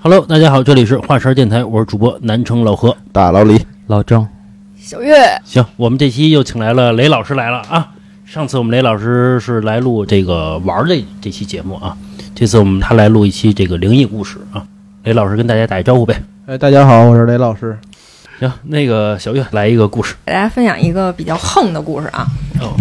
Hello，大家好，这里是华山电台，我是主播南城老何。大老李，老郑，小月，行，我们这期又请来了雷老师来了啊。上次我们雷老师是来录这个玩儿的这期节目啊，这次我们他来录一期这个灵异故事啊。雷老师跟大家打一招呼呗。哎，大家好，我是雷老师。行，那个小月来一个故事。给大家分享一个比较横的故事啊。哦，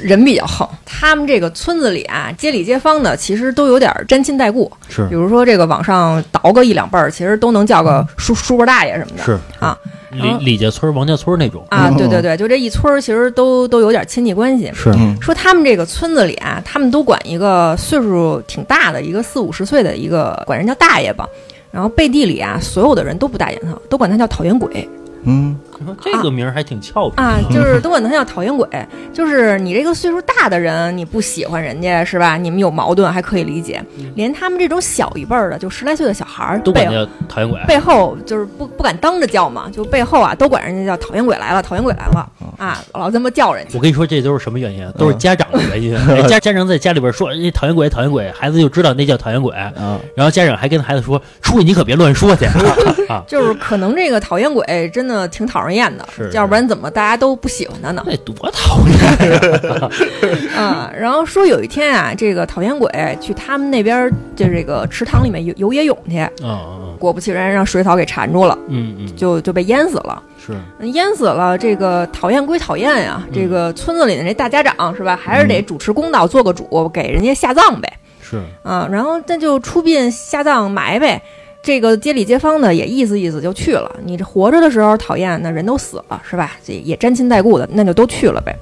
人比较横，他们这个村子里啊，街里街坊的其实都有点沾亲带故。是比如说这个往上倒个一两辈儿，其实都能叫个叔叔伯大爷什么的。是啊，李李家村、王家村那种。啊，对对对，就这一村儿其实都都有点亲戚关系。是嗯说他们这个村子里啊，他们都管一个岁数挺大的一个四五十岁的一个管人叫大爷吧，然后背地里啊，所有的人都不大言他，都管他叫讨厌鬼。嗯你说这个名儿还挺俏皮啊，就是都管他叫讨厌鬼，就是你这个岁数大的人，你不喜欢人家是吧？你们有矛盾还可以理解，连他们这种小一辈儿的，就十来岁的小孩儿，嗯都管背叫讨厌鬼。背后就是不不敢当着叫嘛，就背后啊都管人家叫讨厌鬼来了，讨厌鬼来了嗯啊，老这么叫人家。我跟你说，这都是什么原因啊？都是家长的 原因。哎家家长在家里边说，哎，讨厌鬼，讨厌鬼，孩子就知道那叫讨厌鬼。啊，然后家长还跟孩子说：“出去你可别乱 说去啊！”啊，就是可能这个讨厌鬼真的挺讨人厌的是，要不然怎么大家都不喜欢他呢？那多讨厌 呀！嗯，然后说有一天啊，这个讨厌鬼去他们那边儿就是这个池塘里面游游野泳去，嗯果不其然让水草给缠住了，嗯嗯，就就被淹死了。嗯是淹死了，这个讨厌归讨厌呀、这个村子里的这大家长是吧，还是得主持公道，做个主，给人家下葬呗。是，啊，然后那就出殡下葬埋呗。这个街里街坊的也意思意思就去了。你这活着的时候讨厌，那人都死了是吧？这也沾亲带故的，那就都去了呗。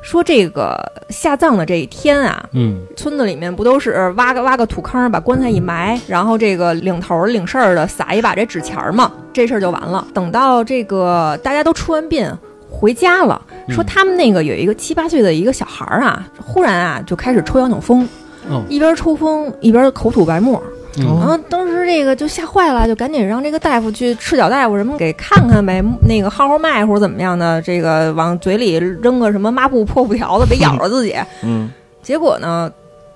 说这个下葬的这一天啊，嗯村子里面不都是挖个挖个土坑，把棺材一埋，然后这个领头儿领事儿的撒一把这纸钱儿嘛，这事儿就完了。等到这个大家都出完殡回家了，说嗯他们那个有一个七八岁的一个小孩儿啊，忽然啊就开始抽羊角风，哦一边抽风一边口吐白沫，然嗯，后当时这个就吓坏了，就赶紧让这个大夫去赤脚大夫什么给看看呗，那个号号脉或者怎么样的，这个往嘴里扔个什么抹布破布条子，别咬着自己。嗯结果呢，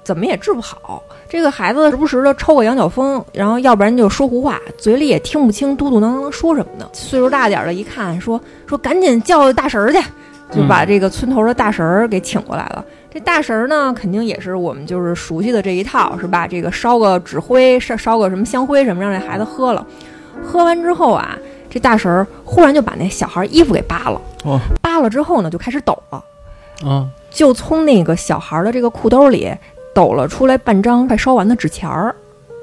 怎么也治不好。这个孩子时不时的抽个羊角风，然后要不然就说胡话，嘴里也听不清嘟嘟囔囔说什么呢。岁数大点儿的，一看说说赶紧叫大神儿去，就把这个村头的大神儿给请过来了。这大神儿呢，肯定也是我们就是熟悉的这一套，是吧？这个烧个纸灰，烧烧个什么香灰什么，让这孩子喝了。喝完之后啊，这大神儿忽然就把那小孩衣服给扒了，哦扒了之后呢，就开始抖了。啊，就从那个小孩儿的这个裤兜里抖了出来半张快烧完的纸钱儿。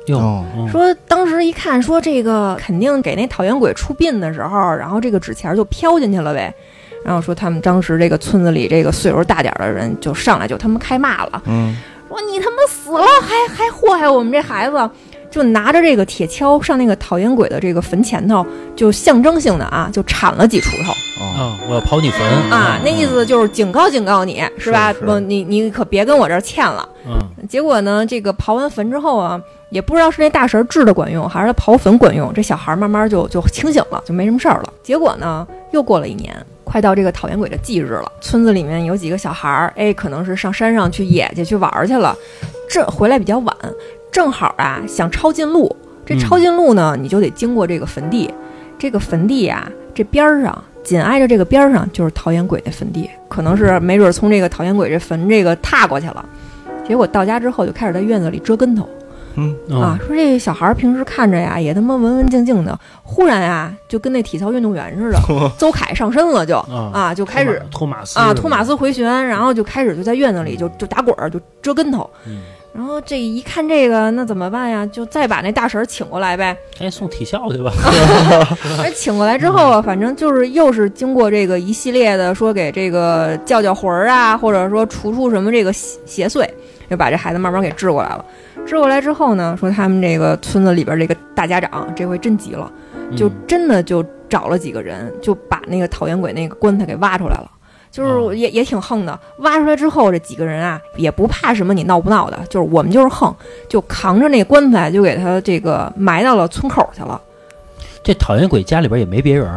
哟，哦，嗯说当时一看，说这个肯定给那讨厌鬼出殡的时候，然后这个纸钱儿就飘进去了呗。然后说他们当时这个村子里这个岁数大点儿的人就上来就他妈开骂了，嗯说你他妈死了还还祸害我们这孩子，就拿着这个铁锹上那个讨厌鬼的这个坟前头，就象征性的啊就铲了几锄头。哦，啊，我要刨你坟嗯啊，那意思就是警告警告你，是吧？是是不，你你可别跟我这儿欠了。嗯，结果呢，这个刨完坟之后啊，也不知道是那大神治的管用，还是他刨坟管用。这小孩慢慢就就清醒了，就没什么事儿了。结果呢，又过了一年，快到这个讨厌鬼的忌日了。村子里面有几个小孩儿，哎，可能是上山上去野去去玩儿去了，这回来比较晚，正好啊想抄近路。这嗯抄近路呢，你就得经过这个坟地。这个坟地啊，这边儿上紧挨着这个边儿上就是讨厌鬼的坟地，可能是没准儿从这个讨厌鬼这坟这个踏过去了。结果到家之后就开始在院子里折跟头嗯啊，，说这小孩儿平时看着呀也他妈文文静静的，忽然啊就跟那体操运动 员似的，邹凯上身了就啊啊就开始托马斯嗯啊托马斯回旋，然后就开始就在院子里就就打滚儿就折跟头，嗯然后这一看这个那怎么办呀？就再把那大婶儿请过来呗，哎，送体校去吧。 而哎请过来之后啊，反正就是又是经过这个一系列的说给这个叫叫魂儿啊，或者说除除什么这个邪邪祟，就把这孩子慢慢给治过来了。治过来之后呢，说他们这个村子里边这个大家长这回真急了，就嗯真的就找了几个人，就把那个讨厌鬼那个棺材给挖出来了。就哦是也也挺横的，挖出来之后，这几个人啊也不怕什么你闹不闹的，就是我们就是横，就扛着那棺材就给他这个埋到了村口去了。这讨厌鬼家里边也没 别人儿，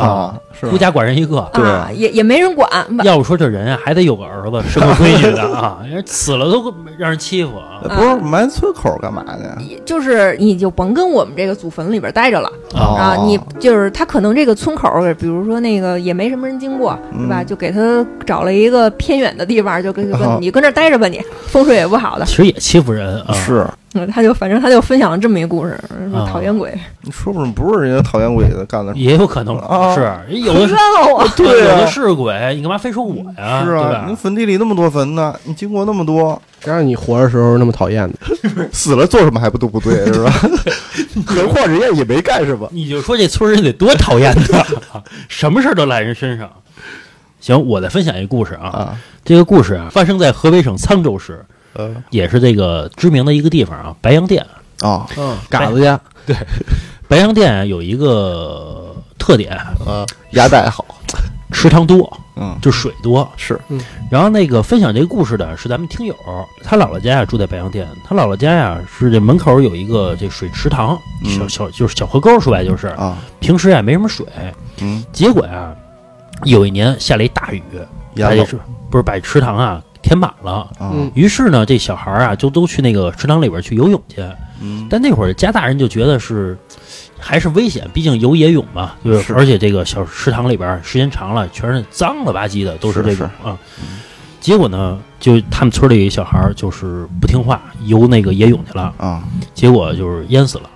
啊，是吧孤家寡人一个。对啊，也也没人管，不要不说这人啊，还得有个儿子，生个闺女的 啊，人死了都让人欺负啊呃不是埋村口干嘛去？就是你就甭跟我们这个祖坟里边待着了啊！啊！哦你就是他可能这个村口儿，比如说那个也没什么人经过，是吧？嗯就给他找了一个偏远的地方，就 跟就哦跟你跟这儿待着吧你，风水也不好的。 其实也欺负人啊，是嗯，他就反正他就分享了这么一故事，说啊讨厌鬼你说不定不是人家讨厌鬼的干的，也有可能啊哦是有冤的是枉我，对有啊的是鬼，你干嘛非说我呀？是对啊，吧您？坟地里那么多坟呢，你经过那么多，谁让你活着时候那么讨厌的？死了做什么还不都不对 是吧？何况人家也没干什么。你就说这村人得多讨厌他， 什么事儿都赖人身上。行，我再分享一个故事啊。啊，这个故事啊，发生在河北省沧州市，呃，也是这个知名的一个地方啊，白洋淀。哦，嗯， 嘎子家，白洋淀啊有一个特点，呃，牙带好，池塘多，嗯，就水多。是，然后那个分享这个故事的是咱们听友，他姥姥家呀住在白洋淀，他姥姥家呀是这门口有一个这水池塘，嗯小小就是小河沟，说白就是，啊，平时也没什么水。嗯，结果呀，有一年下了一大雨，牙把这漏，池不是把池塘啊填满了。啊嗯于是呢，这小孩儿啊就都去那个池塘里边去游泳去。嗯，但那会儿家大人就觉得是还是危险，毕竟游野泳嘛，就是是而且这个小池塘里边儿时间长了，全是脏了吧唧的，都这是种啊。结果呢，就他们村里有一小孩儿就是不听话，游那个野泳去了，啊，结果就是淹死了。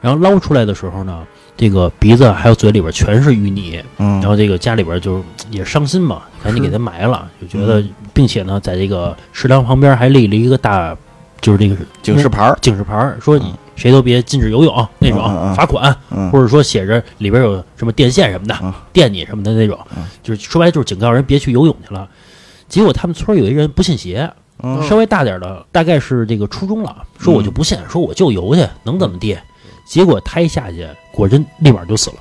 然后捞出来的时候呢，这个鼻子还有嘴里边全是淤泥，嗯然，后这个家里边就也伤心嘛，赶紧给他埋了，嗯就觉得，并且呢，在这个食堂旁边还立了一个大，就是这个警示牌儿，警示牌儿，说嗯你谁都别禁止游泳那种嗯嗯嗯罚款，嗯，或者说写着里边有什么电线什么的嗯电你什么的那种嗯，就是说白了就是警告人别去游泳去了。结果他们村儿有一人不信邪，嗯稍微大点儿的，大概是这个初中了，说我就不信，说我就游去，能怎么地？结果他一下去，果真立马就死了，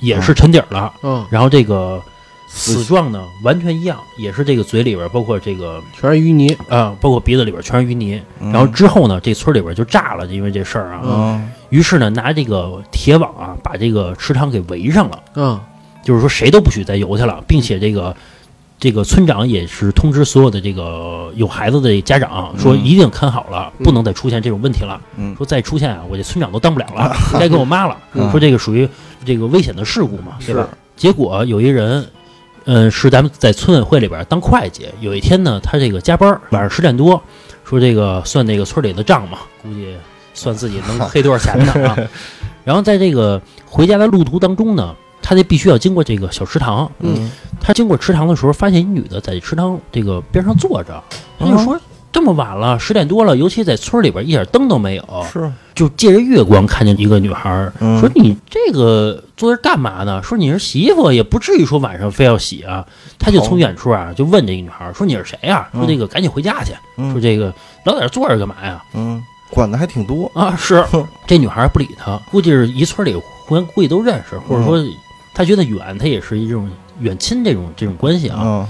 也是沉底儿了。嗯，然后这个死死状呢完全一样，也是这个嘴里边儿，包括这个全是淤泥，嗯啊、包括鼻子里边儿全是淤泥。然后之后呢，这村里边儿就炸了，因为这事儿啊。嗯，于是呢，拿这个铁网啊，把这个池塘给围上了，嗯，就是说谁都不许再游去了，并且这个这个村长也是通知所有的这个有孩子的家长，说嗯一定看好了，嗯不能再出现这种问题了。嗯说再出现啊，我这村长都当不了 了，该给我妈了。嗯说这个属于这个危险的事故嘛，对吧是？结果有一人。嗯，是咱们在村委会里边当会计。有一天呢，他这个加班儿，晚上十点多，说这个算那个村里的账嘛，估计算自己能黑多少钱呢 啊。然后在这个回家的路途当中呢，他得必须要经过这个小池塘。嗯，他经过池塘的时候，发现一女的在池塘这个边上坐着，他就说。这么晚了，十点多了，尤其在村里边一点灯都没有，是，就借着月光看见一个女孩儿，嗯说你这个坐这儿干嘛呢？说你是洗衣服，也不至于说晚上非要洗啊。他就从远处啊就问这个女孩儿说你是谁呀、哦嗯说这个赶紧回家去，嗯说这个老在这儿坐着干嘛呀？嗯，管的还挺多，啊，是哼这女孩儿不理他，估计是一村里互相估计都认识，或者嗯说他觉得远，他也是一种远亲这种这种关系啊。嗯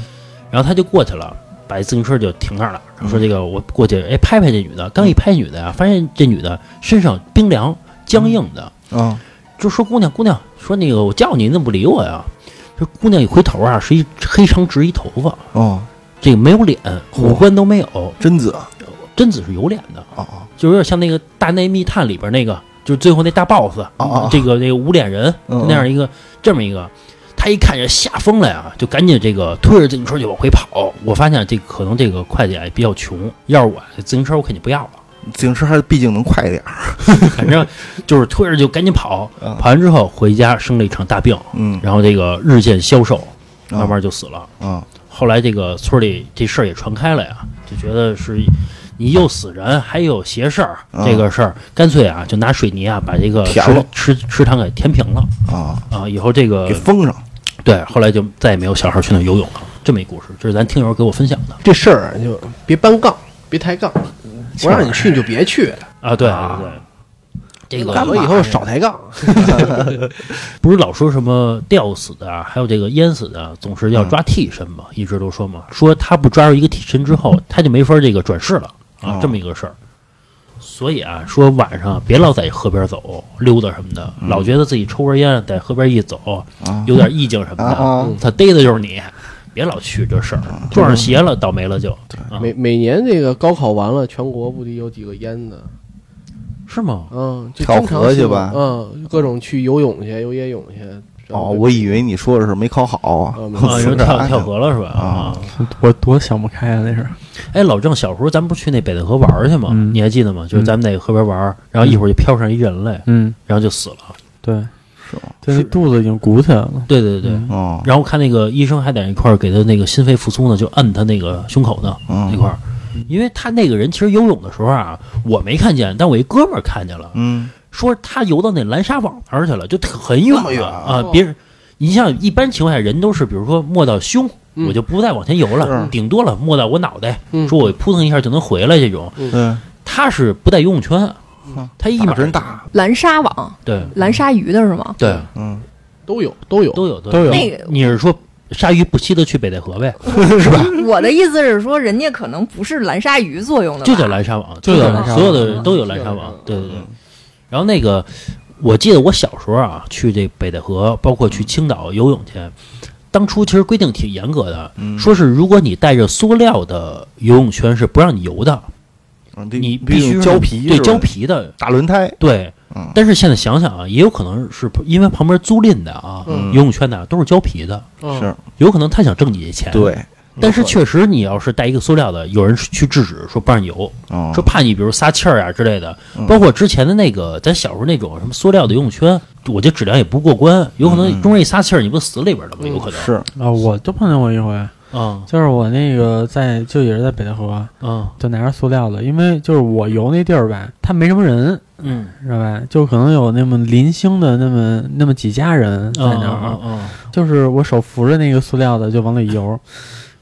然后他就过去了，把自行车就停那儿了，然嗯后说这个我过去，哎，拍拍这女的。刚一拍女的呀、发现这女的身上冰凉僵硬的，嗯，就说姑娘姑娘，说那个我叫你，你怎么不理我呀？这姑娘一回头啊，是一黑长直一头发，哦，这个没有脸，五官都没有，贞子啊，贞子是有脸的，哦就有点像那个《大内密探》里边那个，就是最后那大 boss，、哦这个这个无脸人、嗯那样一个这么一个，他一看这吓疯了呀，就赶紧这个推着自行车就往回跑。我发现这可能这个会计啊也比较穷，要是我自行车我肯定不要了， 自行车还毕竟能快一点儿，反正就是推着就赶紧跑，嗯跑完之后回家生了一场大病，嗯，然后这个日渐消瘦，嗯慢慢就死了。嗯后来这个村里这事儿也传开了呀，就觉得是你又死人还有邪事儿，嗯这个事儿干脆啊就拿水泥啊把这个填池了池池塘给填平了啊，啊，以后这个给封上，对，后来就再也没有小孩去那儿游泳了。这么一故事，这是咱听友给我分享的这事儿啊就别搬杠，嗯别抬杠，我让你去你就别去，啊，对对对。这干个嘛以后少抬杠？不是老说什么吊死的啊，还有这个淹死的，总是嗯要抓替身嘛，一直都说嘛，说他不抓住一个替身之后，他就没法这个转世了啊，哦这么一个事儿。所以啊，说晚上别老在河边走溜达什么的，嗯老觉得自己抽根烟在河边一走啊有嗯点意境什么啊嗯的，啊，他逮的就是你，别老去这事儿，撞上邪了倒霉了就，啊每每年这个高考完了，全国不得有几个淹的？是 吗？嗯，就跳经常河去是吧嗯，各种去游泳去、游野泳去。哦，我以为你说的是没考好啊，没啊，有人跳啊跳河了是吧？啊，我多想不开啊，那是。哎，老郑，小时候咱们不是去那北戴河玩儿去吗？嗯你还记得吗？就是咱们在河边玩儿，然后一会儿就飘上一人来，嗯，然后就死了。对，是吗？对，那肚子已经鼓起来了。对对对。哦，然后看那个医生还在那块儿给他那个心肺复苏呢，就摁他那个胸口呢、嗯那块儿，因为他那个人其实游泳的时候啊，我没看见，但我一哥们儿看见了，嗯，说他游到那蓝沙网那儿去了，就特很远那么远了啊！别人，你像一般情况下人都是，比如说没到胸，嗯我就不再往前游了，是顶多了没到我脑袋，嗯说我扑腾一下就能回来这种。对，他是不带游泳圈，他一码打针大，蓝鲨网、对蓝鲨鱼的是吗？对嗯，都有都有都有都都有那个你是说鲨鱼不惜的去北戴河呗？我的意思是说，人家可能不是蓝鲨鱼作用的吧，就叫蓝鲨网，就就叫叫蓝鲨网所有的都有蓝鲨网嗯，对对对。然后那个，我记得我小时候啊，去这北戴河，包括去青岛游泳去，当初其实规定挺严格的，嗯说是如果你带着塑料的游泳圈是不让你游的，嗯得你必必须须是胶皮，对是吧胶皮的，大轮胎，对嗯。但是现在想想啊，也有可能是因为旁边租赁的啊，嗯游泳圈的啊都是胶皮的，嗯是有可能他想挣你这钱。，对，但是确实你要是带一个塑料的，有人去制止说不让你游，哦说怕你比如撒气儿啊之类的，包括之前的那个咱小时候那种什么塑料的游泳圈，我觉得质量也不过关，有可能中间一撒气儿，你不死里边了吗？有可能是，啊，我就碰见过一回，啊就是我那个在就也是在北戴河，啊就拿着塑料的，因为就是我游那地儿吧，它没什么人，嗯知道吧？就可能有那么零星的那么那么几家人在啊那儿，啊啊就是我手扶着那个塑料的就往里游，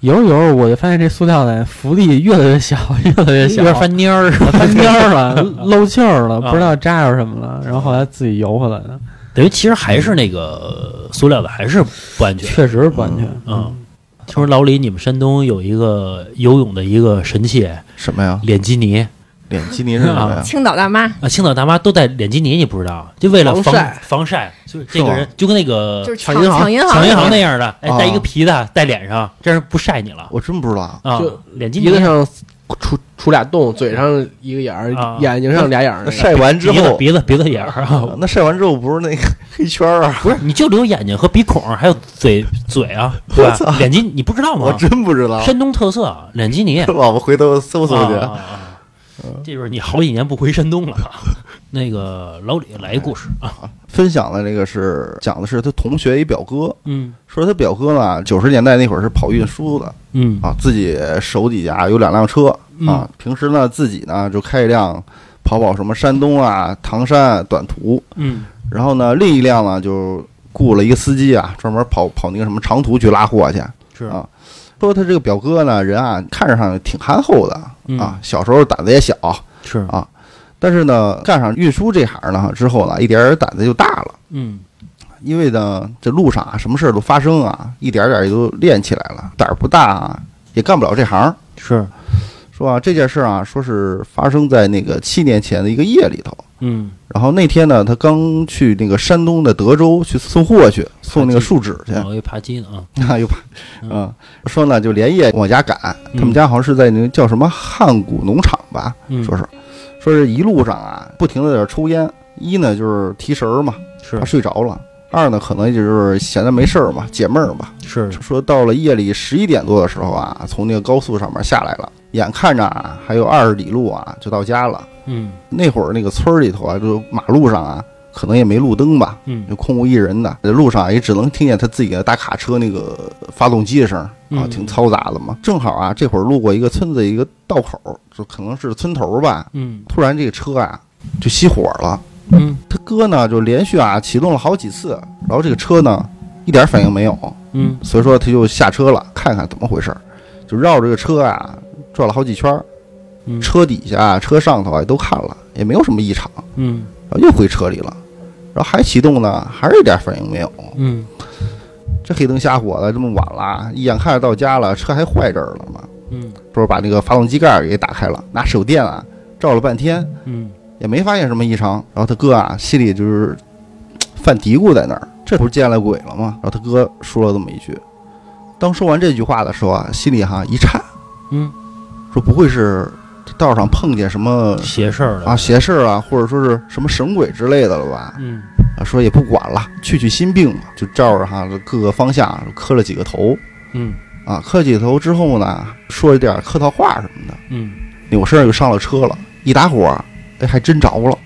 游着游着我就发现这塑料的浮力越来越小， 越来越小，有点翻蔫儿，翻边儿了，漏气儿了，啊不知道扎着什么了，然后后来自己游回来的， 等于其实还是那个塑料的还是不安全确实不安全。嗯啊。听说老李，你们山东有一个游泳的一个神器什么呀？脸基尼脸基尼是什么呀？青岛大妈啊，青岛大妈都带脸基尼，你不知道？啊就为了防防晒防晒，就是这个是吗人就跟那个就是抢抢银行银行抢银行的那样的，哎，啊戴一个皮的戴脸上，这样不晒你了我真不知道，啊就。脸基鼻子尼上出出俩洞，嘴上一个眼儿啊，眼睛上俩眼儿 那。晒完之鼻子后，鼻子鼻子眼儿啊， 那晒完之后不是那个黑圈儿啊？不是，你就留眼睛和鼻孔，还有嘴嘴啊，对我操吧？脸基你不知道我吗？真不知道，山东特色啊脸基 尼，老婆回头搜搜啊去。啊啊这就是你好几年不回山东了啊。那个老李来一故事啊，分享的这个是讲的是他同学一表哥，嗯说他表哥呢，九十年代那会儿是跑运输的嗯啊，自己手底下有两辆车啊，平时呢自己呢就开一辆跑跑什么山东啊、唐山短途，嗯然后呢另一辆呢就雇了一个司机啊，专门跑跑那个什么长途去拉货去。是啊说他这个表哥呢，人啊看着上挺憨厚的嗯啊，小时候胆子也小，是但是呢，干上运输这行呢之后呢，一点点胆子就大了，嗯因为呢，这路上啊什么事儿都发生啊，一点点也都练起来了，胆儿不大啊，也干不了这行。是说啊，这件事儿啊，说是发生在那个七年前的一个夜里头。嗯然后那天呢，他刚去那个山东的德州去送货去，送那个树脂去，我一扒鸡呢啊，啊，又怕，嗯，说呢就连夜往家赶。嗯他们家好像是在那个叫什么汉谷农场吧，嗯说是，说是一路上啊，不停的在这儿抽烟。一呢就是提神儿嘛，是他睡着了；二呢可能就是闲着没事儿嘛，解闷儿嘛。是说到了夜里十一点多的时候啊，从那个高速上面下来了，眼看着啊还有二十里路啊就到家了。嗯那会儿那个村儿里头啊，就马路上啊，可能也没路灯吧，嗯就空无一人的，在路上啊也只能听见他自己的大卡车那个发动机的声儿啊，嗯挺嘈杂的嘛。正好啊，这会儿路过一个村子一个道口，就可能是村头吧，嗯突然这个车啊就熄火了。嗯他哥呢就连续啊启动了好几次，然后这个车呢一点反应没有，嗯所以说他就下车了，看看怎么回事儿，就绕着这个车啊转了好几圈儿，嗯车底下啊、车上头啊都看了，也没有什么异常，嗯然后又回车里了，然后还启动呢，还是一点反应没有。嗯这黑灯瞎火的，这么晚了，一眼看着到家了，车还坏这儿了嘛，嗯不是把那个发动机盖儿给打开了，拿手电啊照了半天嗯，也没发现什么异常。然后他哥啊，心里就是嘖犯嘀咕在那儿，这不是见了鬼了吗？然后他哥说了这么一句，当说完这句话的时候啊，心里哈一颤，嗯，说不会是道上碰见什么邪事儿了啊，邪事儿啊，或者说是什么神鬼之类的了吧？嗯啊，说也不管了，去去心病吧，就照着哈各个方向磕了几个头嗯啊，磕几个头之后呢，说了点客套话什么的，嗯，扭身就上了车了，一打火，哎，还真着了，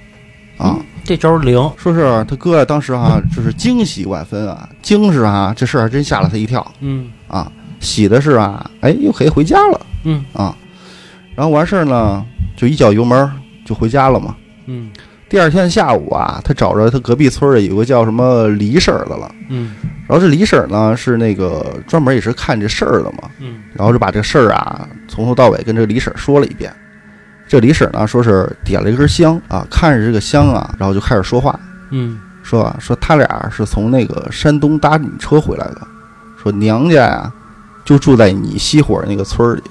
啊，这招儿灵，说是啊他哥当时哈、就是惊喜万分啊，惊是啊，这事儿还真吓了他一跳嗯啊，喜的是啊，哎，又可以回家了嗯啊，然后完事儿呢，就一脚油门儿就回家了嘛。嗯第二天下午啊，他找着他隔壁村儿的有个叫什么李婶儿的了。嗯然后这李婶儿呢是那个专门也是看这事儿的嘛，嗯然后就把这事儿啊从头到尾跟这李婶儿说了一遍。这李婶儿呢说是点了一根香啊，看着这个香啊，然后就开始说话，嗯说啊说他俩是从那个山东搭你车回来的，说娘家呀、就住在你西火那个村儿里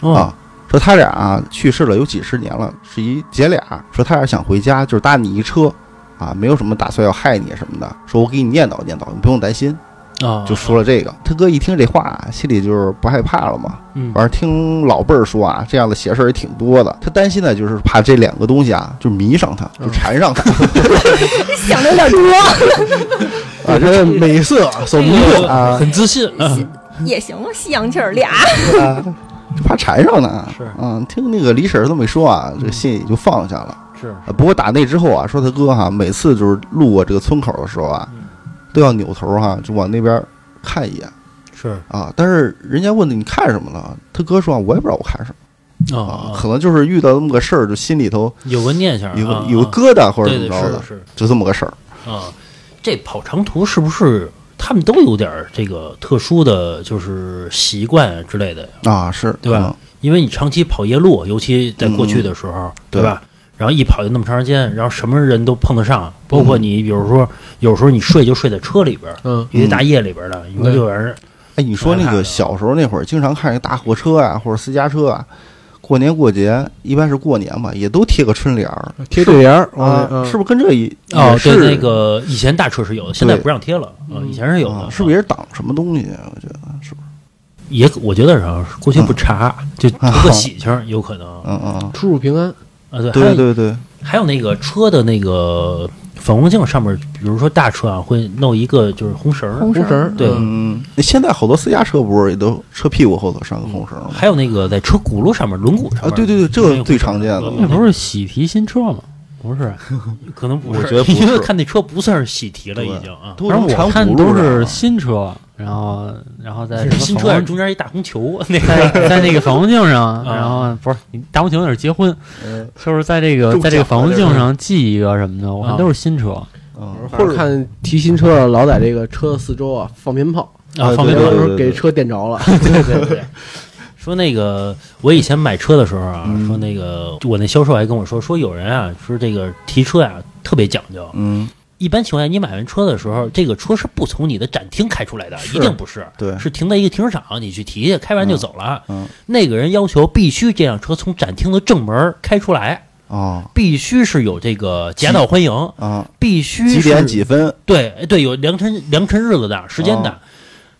头哦啊。说他俩啊去世了有几十年了，是一姐俩。说他俩想回家，就是搭你一车，啊，没有什么打算要害你什么的。说我给你念叨念叨，你不用担心。啊，就说了这个。他哥一听这话，啊心里就是不害怕了嘛。嗯反正听老辈儿说啊，这样的邪事儿也挺多的。他担心的就是怕这两个东西啊，就迷上他，就缠上 他想的有点多，啊，这美色所迷惑啊，很自信， 也行啊，西洋气儿俩，就怕缠上他。是嗯嗯，听那个李婶儿这么一说啊，这心里就放下了。 是啊不过打那之后啊，说他哥哈、每次就是路过这个村口的时候啊，嗯都要扭头哈、就往那边看一眼是啊。但是人家问他你看什么了，他哥说、啊、我也不知道我看什么。啊，啊，可能就是遇到这么个事儿，就心里头有个念想，有个啊有个疙瘩或者对怎对么着是的，是就这么个事儿。啊，这跑长途是不是他们都有点儿这个特殊的就是习惯之类的呀？啊，是对吧？因为你长期跑夜路，尤其在过去的时候，对吧？然后一跑就那么长时间，然后什么人都碰得上，包括你，比如说有时候你睡就睡在车里边儿，嗯，尤其大夜里边儿的，你说对就有人哎，你说那害怕个的小时候那会儿，经常看见大货车啊，或者私家车啊，过年过节一般是过年吧，也都贴个春联儿贴对联儿嗯啊，是不是跟这一哦对，也，是那个以前大车是有的，现在对不让贴了啊，以前是有啊的，是不是也是挡什么东西啊？我觉得是不是？也我觉得是啊，过去不查，就图啊个喜庆，有可能嗯嗯，出入平安，啊，对，嗯，还有对对对，还有那个车的那个反光镜上面，比如说大车啊，会弄一个就是红绳儿，红绳红绳儿儿，对嗯嗯，现在好多私家车不是也都车屁股后头上个红绳儿吗？还有那个在车轱辘上面、轮毂上啊，面，对对对，这个最常见的嗯那不是喜提新车吗？不是，可能不是，我觉得不 是因为看那车不算是喜提了，已经啊。都反成正我长看轱辘都上啊是了新车，然后然后在什么新车反光中间一大红球， 那 在个在那个反光镜上，啊然后不是你大红球那是结婚，嗯就是在这个中在这个奖反了这光是啊镜上系一个什么的，我看都是新车。嗯，或者看提新车的老在这个车四周啊放鞭炮，啊，放对鞭有炮对的时对候给车点着了， 对对对。说那个，我以前买车的时候啊，嗯说那个我那销售还跟我说，说有人啊，说这个提车啊特别讲究。嗯，一般情况下，你买完车的时候，这个车是不从你的展厅开出来的，是一定不是，对是停在一个停车场，你去提去，开完就走了。嗯嗯那个人要求必须这辆车从展厅的正门开出来，哦必须是有这个夹道欢迎，啊，必须几是点几分？对哎对，有良辰良辰日子的时间的，哦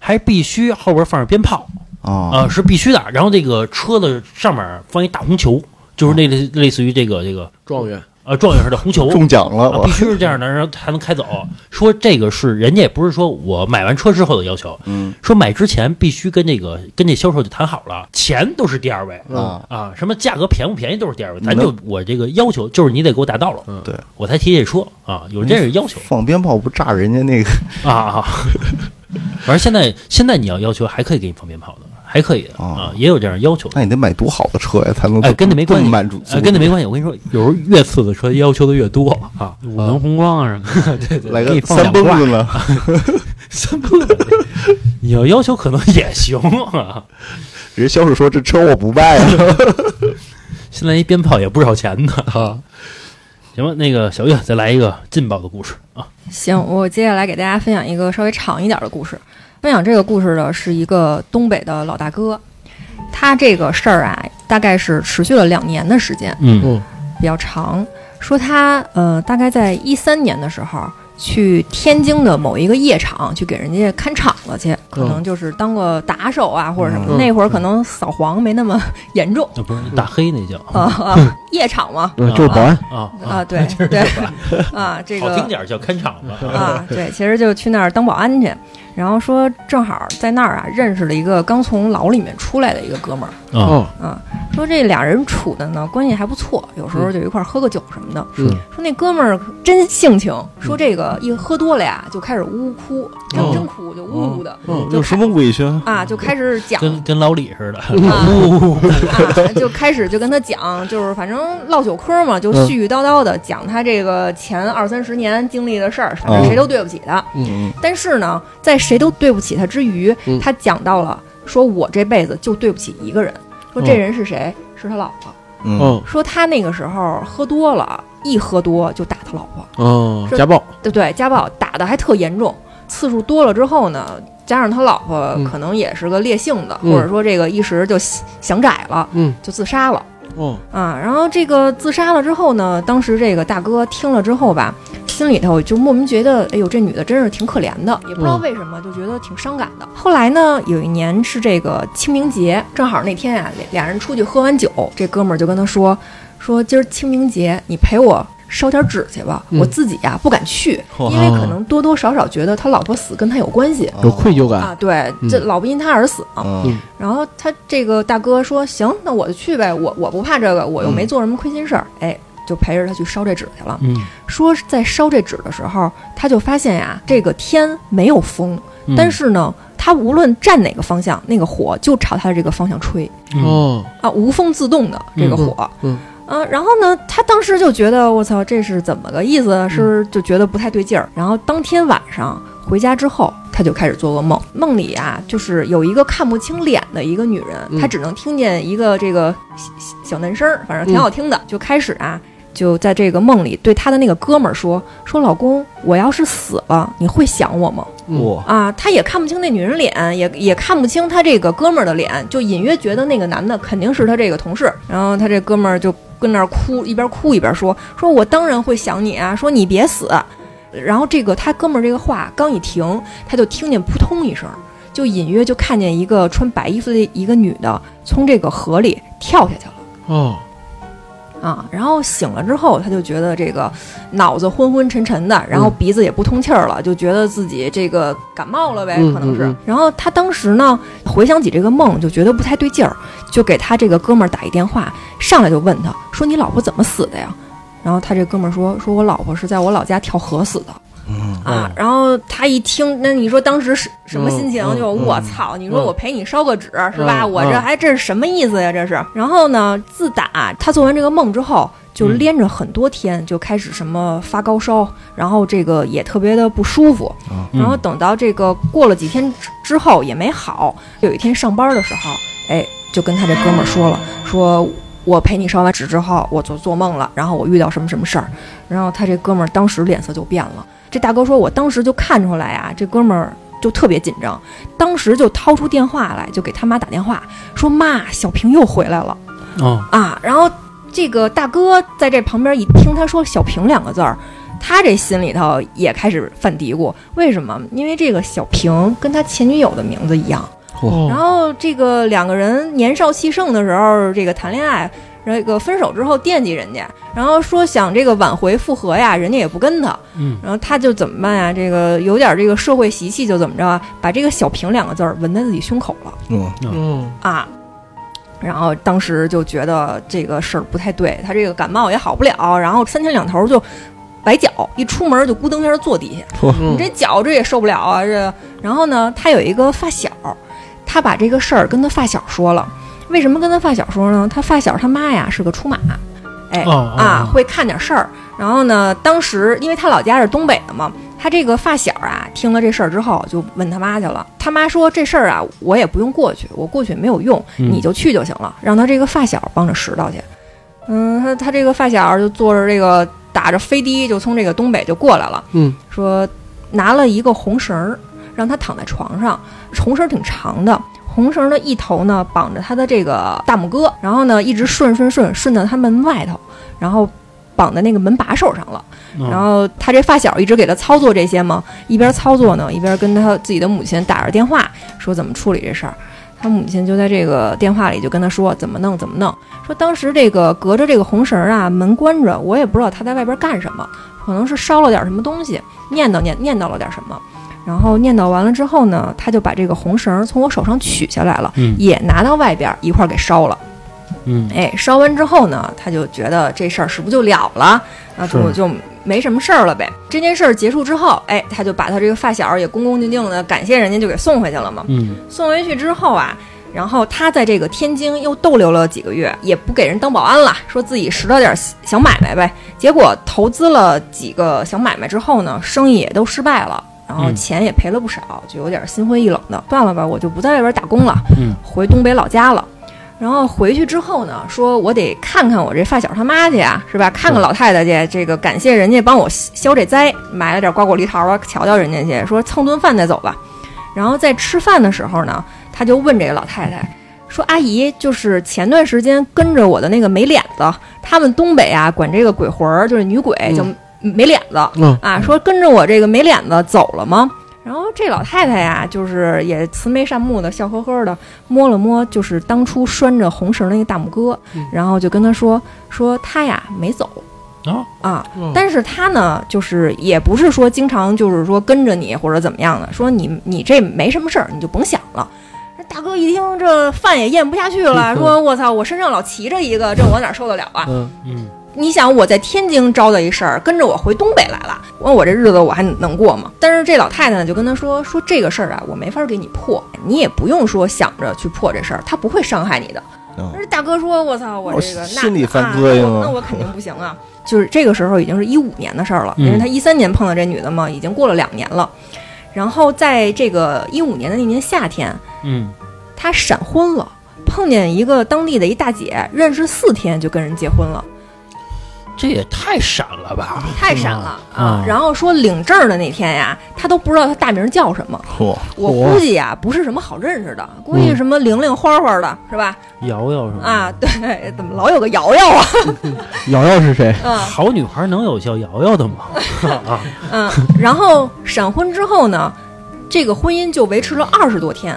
还必须后边放上鞭炮啊、啊是必须的。然后这个车的上面放一大红球，就是那类、类似于这个这个状元呃状元似的红球，哦 中奖了，啊，我必须是这样的，然后才能开走。说这个是人家也不是说我买完车之后的要求，嗯说买之前必须跟那个跟那销售就谈好了，钱都是第二位啊，啊，什么价格便不便宜都是第二位，咱那就我这个要求就是你得给我达到了，嗯对，嗯我才提这车啊，有这个要求放鞭炮不炸人家那个 啊啊。反正现在现在你要要求还可以给你放鞭炮的，还可以的啊啊，也有这样要求的。那你得买多好的车呀，才能哎，跟那没关系，满足，哎，跟那没关系。我跟你说，有时候越次的车要求的越多啊，嗯五菱宏光啊什么的，来给个你放三两蹦子呢，三不管，你要要求可能也行啊。人销售说这车我不卖啊，现在一鞭炮也不少钱 呢啊。行吧，那个小月再来一个劲爆的故事啊。行，我接下来给大家分享一个稍微长一点的故事。分享这个故事的是一个东北的老大哥，他这个事儿啊，大概是持续了两年的时间。嗯嗯比较长，说他呃大概在一三年的时候去天津的某一个夜场去给人家看场子去，可能就是当个打手啊或者什么的。嗯那会儿可能扫黄没那么 严重那不是大黑那叫啊啊，夜场嘛对就是保安，啊啊，对对啊，这个好听点儿叫看场子 啊，对，其实就去那儿当保安去。然后说，正好在那儿啊，认识了一个刚从牢里面出来的一个哥们儿。啊哦，说这俩人处的呢，关系还不错，有时候嗯就一块儿喝个酒什么的。嗯说那哥们儿真性情，嗯说这个一喝多了呀，就开始呜呜哭，真、哦真哭，就呜呜的、嗯就有什么委屈？啊，就开始讲跟跟老李似哦的，啊呜 啊，就开始就跟他讲，就是反正唠酒嗑嘛，嗯就絮絮叨叨的讲他这个前二三十年经历的事儿，反哦正谁都对不起他。嗯，但是呢，在谁都对不起他之余，嗯他讲到了说，我这辈子就对不起一个人。说这人是谁？是他老婆。嗯哦，说他那个时候喝多了，一喝多就打他老婆，哦，嗯是家暴，对不对？家暴打的还特严重，次数多了之后呢，加上他老婆嗯可能也是个烈性子，嗯或者说这个一时就想窄了，嗯，就自杀了。哦，啊，然后这个自杀了之后呢，当时这个大哥听了之后吧，心里头就莫名觉得，哎呦，这女的真是挺可怜的，也不知道嗯为什么，就觉得挺伤感的。后来呢，有一年是这个清明节，正好那天啊，俩俩人出去喝完酒，这哥们儿就跟他说，说今儿清明节你陪我。烧点纸去吧，我嗯自己呀、不敢去，因为可能多多少少觉得他老婆死跟他有关系有愧疚感，啊。对，这嗯老不因他而死啊。哦嗯然后他这个大哥说：“行，那我就去呗，我我不怕这个，我又没做什么亏心事儿。哎，就陪着他去烧这纸去了。嗯，说在烧这纸的时候，他就发现呀，这个天没有风，嗯但是呢，他无论站哪个方向，那个火就朝他的这个方向吹嗯哦，啊，无风自动的这个火。嗯啊，然后呢，他当时就觉得我操，这是怎么个意思？啊嗯是就觉得不太对劲儿。然后当天晚上回家之后，他就开始做噩梦，梦里啊，就是有一个看不清脸的一个女人，嗯他只能听见一个这个小小小男声儿，反正挺嗯好听的，就开始啊。就在这个梦里，对他的那个哥们儿说：“说老公，我要是死了，你会想我吗？”嗯嗯哇，啊，他也看不清那女人脸，也也看不清他这个哥们儿的脸，就隐约觉得那个男的肯定是他这个同事。然后嗯他这哥们儿就跟那儿哭，一边哭一边说：“说我当然会想你啊，说你别死。”然后这个他哥们儿这个话刚一停，他就听见扑通一声，就隐约就看见一个穿白衣服的一个女的从这个河里跳下去了。哦，啊，然后醒了之后，他就觉得这个脑子昏昏沉沉的，然后嗯鼻子也不通气儿了，就觉得自己这个感冒了呗，嗯可能是。嗯嗯然后他当时呢，回想起这个梦，就觉得不太对劲儿，就给他这个哥们儿打一电话，上来就问他说：“你老婆怎么死的呀？”然后他这哥们儿说：“说我老婆是在我老家跳河死的。”嗯啊，然后他一听，那你说当时是什么心情？哦嗯嗯就嗯我操！你说嗯我陪你烧个纸是吧？嗯我这哎嗯还这是什么意思呀？这是。然后呢，自打他做完这个梦之后，就嗯连着很多天就开始什么发高烧，然后这个也特别的不舒服。啊然嗯后等到这个过了几天之之后也没好，有一天上班的时候，哎，就跟他这哥们儿说了，说我陪你烧完纸之后，我就做梦了，然后我遇到什么什么事儿，然后他这哥们儿当时脸色就变了。这大哥说，我当时就看出来啊，这哥们儿就特别紧张，当时就掏出电话来，就给他妈打电话，说妈，小平又回来了。嗯哦啊，然后这个大哥在这旁边一听他说“小平”两个字儿，他这心里头也开始犯嘀咕，为什么？因为这个小平跟他前女友的名字一样。然哦，后这个两个人年少气盛的时候，这个谈恋爱，然后这个分手之后惦记人家，然后说想这个挽回复合呀，人家也不跟他，嗯，然后他就怎么办呀？这个有点这个社会习气，就怎么着啊，把这个“小平”两个字儿纹在自己胸口了。嗯嗯，啊。然后当时就觉得这个事儿不太对，他这个感冒也好不了，然后三天两头就崴脚，一出门就咕噔一下坐地下，嗯嗯你这脚这也受不了啊这。然后呢，他有一个发小，他把这个事儿跟他发小说了。为什么跟他发小说呢？他发小他妈呀是个出马，哎、哦啊，会看点事儿。然后呢，当时因为他老家是东北的嘛，他这个发小啊，听了这事儿之后就问他妈去了。他妈说这事儿啊，我也不用过去，我过去也没有用，嗯你就去就行了，让他这个发小帮着拾掇去。嗯，他他这个发小就坐着这个打着飞的就从这个东北就过来了。嗯，说拿了一个红绳儿，让他躺在床上，红绳儿挺长的，红绳的一头呢绑着他的这个大拇哥，然后呢一直顺顺顺顺到他门外头，然后绑在那个门把手上了。嗯然后他这发小一直给他操作这些嘛，一边操作呢，一边跟他自己的母亲打着电话，说怎么处理这事儿。他母亲就在这个电话里就跟他说怎么弄怎么弄，说当时这个隔着这个红绳儿啊，门关着，我也不知道他在外边干什么，可能是烧了点什么东西，念叨念念叨了点什么。然后念叨完了之后呢，他就把这个红绳儿从我手上取下来了，嗯也拿到外边儿一块儿给烧了。嗯，哎，烧完之后呢，他就觉得这事儿是不是就了了？啊，是就就没什么事儿了呗。这件事儿结束之后，哎，他就把他这个发小也恭恭敬敬的感谢人家，就给送回去了嘛。嗯，送回去之后啊，然后他在这个天津又逗留了几个月，也不给人当保安了，说自己拾掇点儿小买卖呗。结果投资了几个小买卖之后呢，生意也都失败了。然后嗯钱也赔了不少，就有点心灰意冷的，算了吧，我就不在外边打工了，嗯回东北老家了。然后回去之后呢，说我得看看我这发小他妈去啊，是吧？看看老太太去，这个感谢人家帮我消消这灾，买了点瓜果梨桃啊，瞧瞧人家去，说蹭顿饭再走吧。然后在吃饭的时候呢，他就问这个老太太说：“阿姨，就是前段时间跟着我的那个没脸子，他们东北啊管这个鬼魂儿就是女鬼叫没脸子、嗯啊，说跟着我这个没脸子走了吗？”然后这老太太呀、就是也慈眉善目的，笑呵呵的，摸了摸就是当初拴着红绳的那个大拇哥，嗯然后就跟他说说他呀没走哦啊，嗯但是他呢，就是也不是说经常就是说跟着你或者怎么样的，说你你这没什么事儿，你就甭想了。这大哥一听这饭也咽不下去了，说我操，我身上老骑着一个，这我哪受得了啊？嗯，嗯你想我在天津招的一事儿，跟着我回东北来了，问我这日子我还能过吗？但是这老太太呢，就跟他说说这个事儿啊，我没法给你破，你也不用说想着去破这事儿，他不会伤害你的。嗯但是大哥说，我操，我我这个那哦心里犯膈应啊啊那我那我肯定不行啊。就是这个时候已经是一五年的事儿了，嗯因为他一三年碰到这女的嘛，已经过了两年了。然后在这个一五年的那年夏天，嗯，他闪婚了，碰见一个当地的一大姐，认识四天就跟人结婚了。这也太闪了吧！太闪了啊啊！然后说领证的那天呀，他都不知道他大名叫什么。嚯，我估计呀，不是什么好认识的，估计什么玲玲、花花的，是吧？瑶瑶什么的啊，， 对，怎么老有个瑶瑶啊？瑶瑶是谁？嗯好女孩能有叫瑶瑶的吗？啊，嗯。然后闪婚之后呢，这个婚姻就维持了二十多天，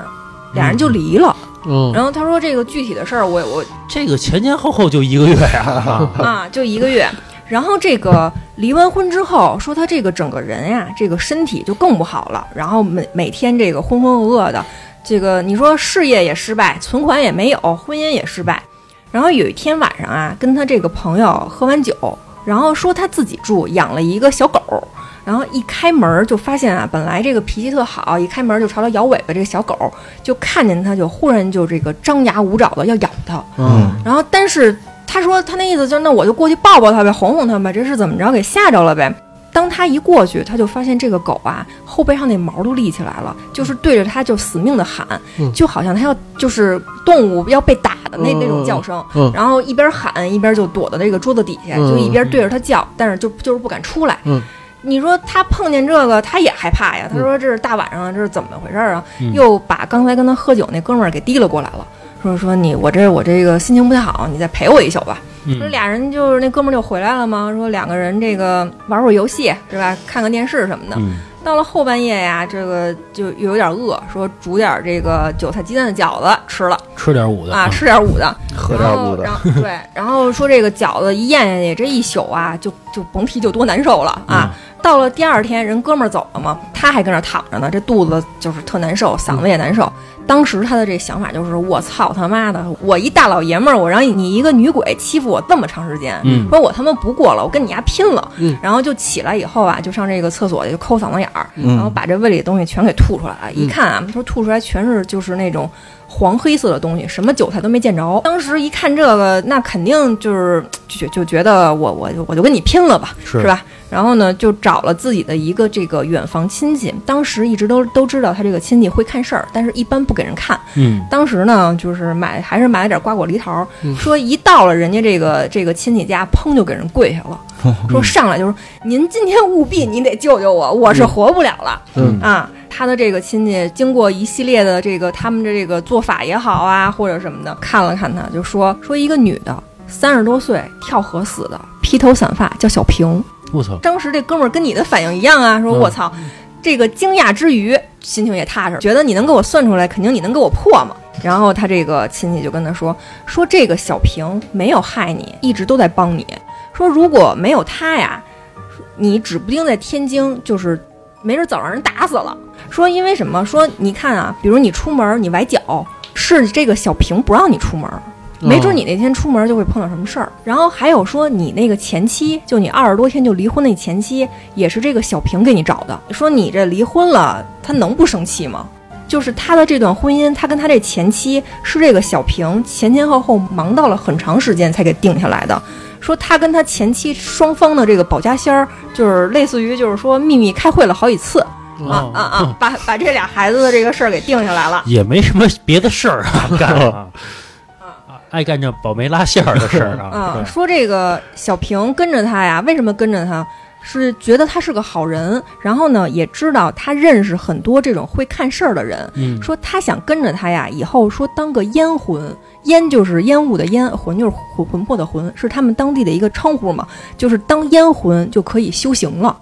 俩人就离了。嗯然后他说这个具体的事儿，我我这个前前后后就一个月 呀、 啊啊，就一个月。然后这个离完婚之后，说他这个整个人呀、这个身体就更不好了，然后每每天这个浑浑噩噩的，这个你说事业也失败，存款也没有，婚姻也失败。然后有一天晚上啊，跟他这个朋友喝完酒，然后说他自己住，养了一个小狗。然后一开门就发现啊，本来这个脾气特好，一开门就朝他摇尾巴，这个小狗就看见他就忽然就这个张牙舞爪的要咬他。嗯，然后但是他说他那意思就是，那我就过去抱抱他呗，哄哄他呗，这是怎么着给吓着了呗。当他一过去，他就发现这个狗啊，后背上那毛都立起来了，就是对着他就死命的喊，嗯就好像他要就是动物要被打的那、嗯那种叫声，嗯然后一边喊一边就躲到那个桌子底下，嗯就一边对着他叫，但是就就是不敢出来。嗯你说他碰见这个，他也害怕呀。他说这是大晚上，这是怎么回事儿啊？嗯又把刚才跟他喝酒那哥们儿给提了过来了，说说你我这我这个心情不太好，你再陪我一宿吧。说嗯俩人就是那哥们儿就回来了嘛，说两个人这个玩会儿游戏是吧？看看电视什么的。嗯到了后半夜呀，这个就又有点饿，说煮点这个韭菜鸡蛋的饺子吃了吃点捂的啊，吃点捂的。喝然点后，补的 然，后对，然后说这个饺子一咽下去，这一宿啊，就就甭提就多难受了嗯啊。到了第二天，人哥们儿走了嘛，他还跟那儿躺着呢，这肚子就是特难受，嗓子也难受。当时他的这想法就是：我操他妈的，我一大老爷们儿，我让你一个女鬼欺负我这么长时间，嗯说我他妈不过了，我跟你丫拼了。嗯然后就起来以后啊，就上这个厕所就抠嗓子眼儿，然后嗯，把这胃里的东西全给吐出来了。一看啊，他说吐出来全是就是那种黄黑色的东西，什么韭菜都没见着。当时一看这个，那肯定就是就就觉得我我就我就跟你拼了吧，是是吧？然后呢，就找了自己的一个这个远房亲戚，当时一直都都知道他这个亲戚会看事儿，但是一般不给人看。嗯当时呢，就是买还是买了点瓜果梨桃，说一到了人家这个这个亲戚家，砰就给人跪下 了，哦说上来就说：“您今天务必你得救救我，我是活不了了。嗯啊，他的这个亲戚经过一系列的这个他们的这个做法也好啊，或者什么的，看了看他，就说说一个女的三十多岁跳河死的，披头散发，叫小平。我操，当时这哥们儿跟你的反应一样啊，说嗯我操，这个惊讶之余，心情也踏实，觉得你能给我算出来，肯定你能给我破嘛。然后他这个亲戚就跟他说，说这个小平没有害你，一直都在帮你。说如果没有他呀，你指不定在天津就是没准早让人打死了。说因为什么？说你看啊，比如你出门你崴脚，是这个小平不让你出门，嗯没准你那天出门就会碰到什么事儿。然后还有说你那个前妻，就你二十多天就离婚那前妻，也是这个小平给你找的。说你这离婚了，他能不生气吗？ 就是他的这段婚姻，他跟他这前妻是这个小平前前后后忙到了很长时间才给定下来的。说他跟他前妻双方的这个保家仙儿，就是类似于就是说秘密开会了好几次啊啊啊，把把这俩孩子的这个事儿给定下来了。也没什么别的事儿啊 干啊，哦啊爱干这保媒拉线儿的事儿 啊啊，，说这个小平跟着他呀，为什么跟着他？是觉得他是个好人，然后呢，也知道他认识很多这种会看事儿的人，嗯，说他想跟着他呀，以后说当个烟魂，烟就是烟雾的烟，魂就是魂魂魄的魂，是他们当地的一个称呼嘛，就是当烟魂就可以修行了。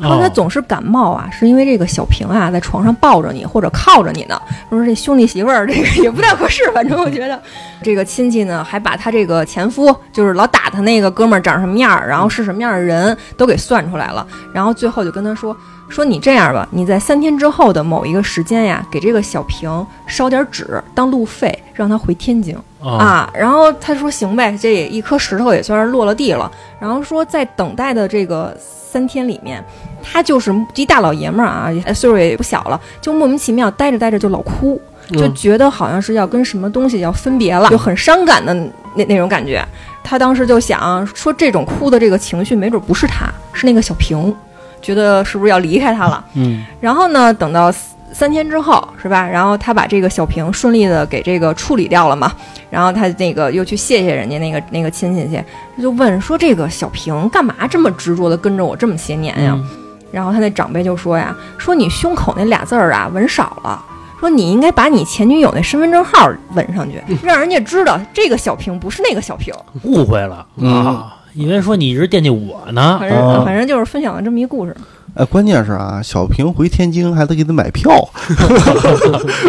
说他哦总是感冒啊，是因为这个小平啊在床上抱着你或者靠着你呢。说这兄弟媳妇儿这个也不太合适，反正我觉得这个亲戚呢还把他这个前夫，就是老打他那个哥们儿长什么样儿，然后是什么样的人都给算出来了，然后最后就跟他说。说你这样吧，你在三天之后的某一个时间呀，给这个小平烧点纸当路费，让他回天津。啊啊，然后他说行呗，这也一颗石头也算是落了地了。然后说在等待的这个三天里面，他就是一大老爷们儿啊，也岁数也不小了，就莫名其妙待着待着就老哭，嗯就觉得好像是要跟什么东西要分别了，就很伤感的那那种感觉。他当时就想说，这种哭的这个情绪，没准不是他，是那个小平，觉得是不是要离开他了？嗯，然后呢，等到三三天之后，是吧？然后他把这个小平顺利的给这个处理掉了嘛。然后他那个又去谢谢人家那个那个亲戚去，就问说这个小平干嘛这么执着的跟着我这么些年呀？然后他那长辈就说呀，说你胸口那俩字儿啊纹少了。说你应该把你前女友那身份证号纹上去，让人家知道这个小平不是那个小平。误会了嗯啊，以为说你一直惦记我呢反正、哦反正就是分享了这么一故事。哎，关键是啊，小平回天津还得给他买 票，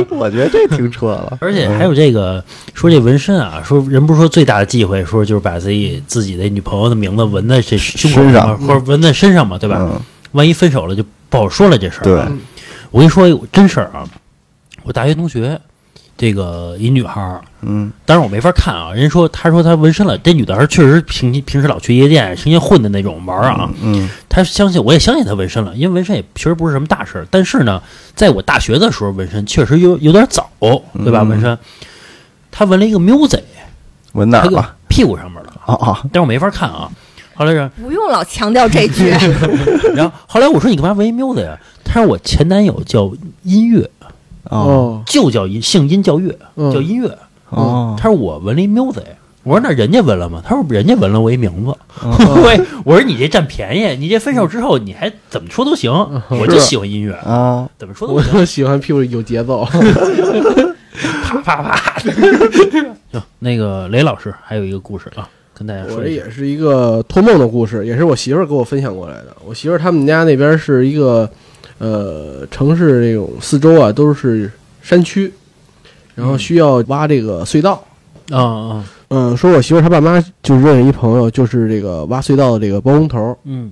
我觉得这挺扯了。 而且还有这个说这纹身啊，说人不是说最大的忌讳，说就是把自己自己的女朋友的名字纹在这胸口身嘛上或者纹在身上嘛，对吧？嗯，万一分手了就不好说了这事儿。对，我跟你说有真事儿啊，我大学同学这个一女孩儿，嗯当然我没法看啊，人家说她说她纹身了，这女的还是确实平平时老去夜店成天混的那种玩儿啊，嗯她相信我也相信她纹身了，因为纹身也确实不是什么大事儿。但是呢，在我大学的时候纹身确实有有点早，对吧？嗯纹身，她纹了一个 music，纹哪她儿给我了？屁股上面了，啊啊，但是我没法看啊。后来是，不用老强调这句，然后后来我说你干嘛纹一 music 呀？她说我前男友叫音乐。哦就叫音，姓音叫乐，嗯 叫音乐。哦他说我纹了一 music，我说那人家纹了吗？他说人家纹了我一名字。喂， 我说你这占便宜，你这分手之后你还怎么说都行，嗯我就喜欢音乐，啊，怎么说都我行， 就喜欢屁股有节奏，啪啪啪。行，那个雷老师还有一个故事啊，跟大家我说这一下。也是一个托梦的故事，也是我媳妇儿给我分享过来的。我媳妇儿他们家那边是一个呃城市那种四周啊都是山区，然后需要挖这个隧道。啊啊，嗯，说我媳妇儿她爸妈就认识一朋友，就是这个挖隧道的这个包工头儿，嗯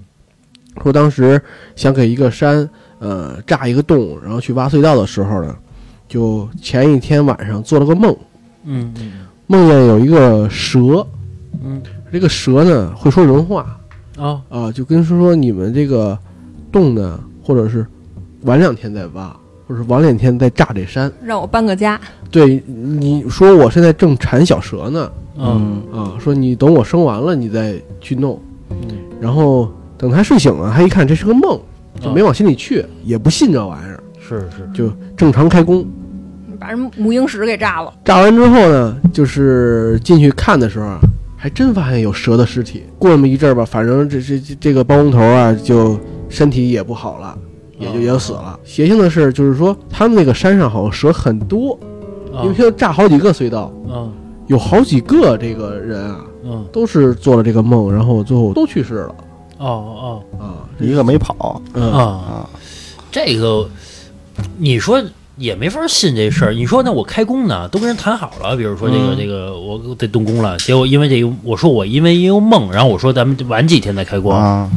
说当时想给一个山呃炸一个洞，然后去挖隧道的时候呢，就前一天晚上做了个梦，嗯嗯梦见有一个蛇，嗯这个蛇呢会说人话。啊啊，就跟说说你们这个洞呢，或者是晚两天再挖，或者是晚两天再炸这山。让我搬个家。对，你说我现在正缠小蛇呢，嗯啊，说你等我生完了你再去弄。然后等他睡醒了，他一看这是个梦，啊就没往心里去，也不信这玩意儿，嗯是是就正常开工。把人母婴室给炸了。炸完之后呢，就是进去看的时候啊，还真发现有蛇的尸体。过那么一阵儿吧，反正这这这这个包工头啊，就身体也不好了，也就也死了。邪性的是，就是说他们那个山上好像蛇很多，啊因为现在炸好几个隧道，啊有好几个这个人啊，嗯都是做了这个梦，然后最后都去世了哦啊。一个没跑哦嗯啊，啊，这个你说也没法信这事儿。嗯你说那我开工呢，都跟人谈好了，比如说这个、嗯这个我得动工了，结果因为这个我说我因为一个梦，然后我说咱们晚几天再开工，啊，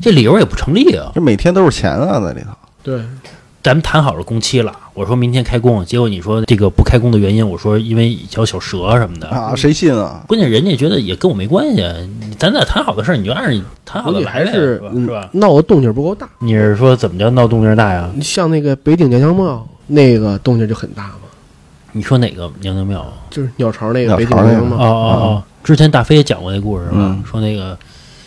这理由也不成立啊。这每天都是钱啊，在里头。对，咱们谈好了工期了，我说明天开工，结果你说这个不开工的原因，我说因为一条小蛇什么的。啊，谁信啊？关键人家觉得也跟我没关系，你咱俩谈好的事儿，你就按着谈好估的计来还呗，是吧？嗯是吧？闹的动静不够大。你是说怎么叫闹动静大呀？你像那个北顶娘娘庙那个动静就很大嘛，你说哪个娘娘庙啊？就是鸟巢那鸟个巢北顶娘娘哦庙，哦哦，之前大飞也讲过那故事吧嗯？说那个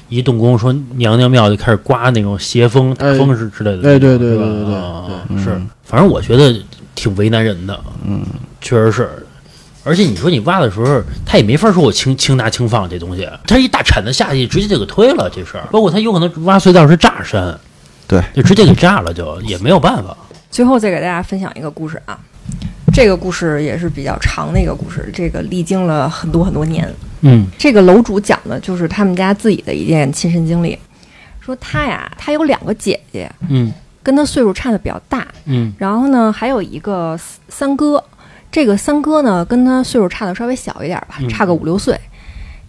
一动工，说娘娘庙就开始刮那种邪风、大风之之类的。哎对对是吧对对对啊对是嗯，反正我觉得挺为难人的，嗯，确实是。而且你说你挖的时候，他也没法说我轻轻拿轻放这东西，他一大铲子下去，直接就给推了这事儿。包括他有可能挖隧道是炸山，对，就直接给炸了，就也没有办法。最后再给大家分享一个故事啊，这个故事也是比较长的一个故事，这个历经了很多很多年。嗯这个楼主讲的就是他们家自己的一件亲身经历，说他呀，他有两个姐姐，嗯跟他岁数差的比较大，嗯然后呢，还有一个三三哥，这个三哥呢跟他岁数差的稍微小一点吧嗯，差个五六岁。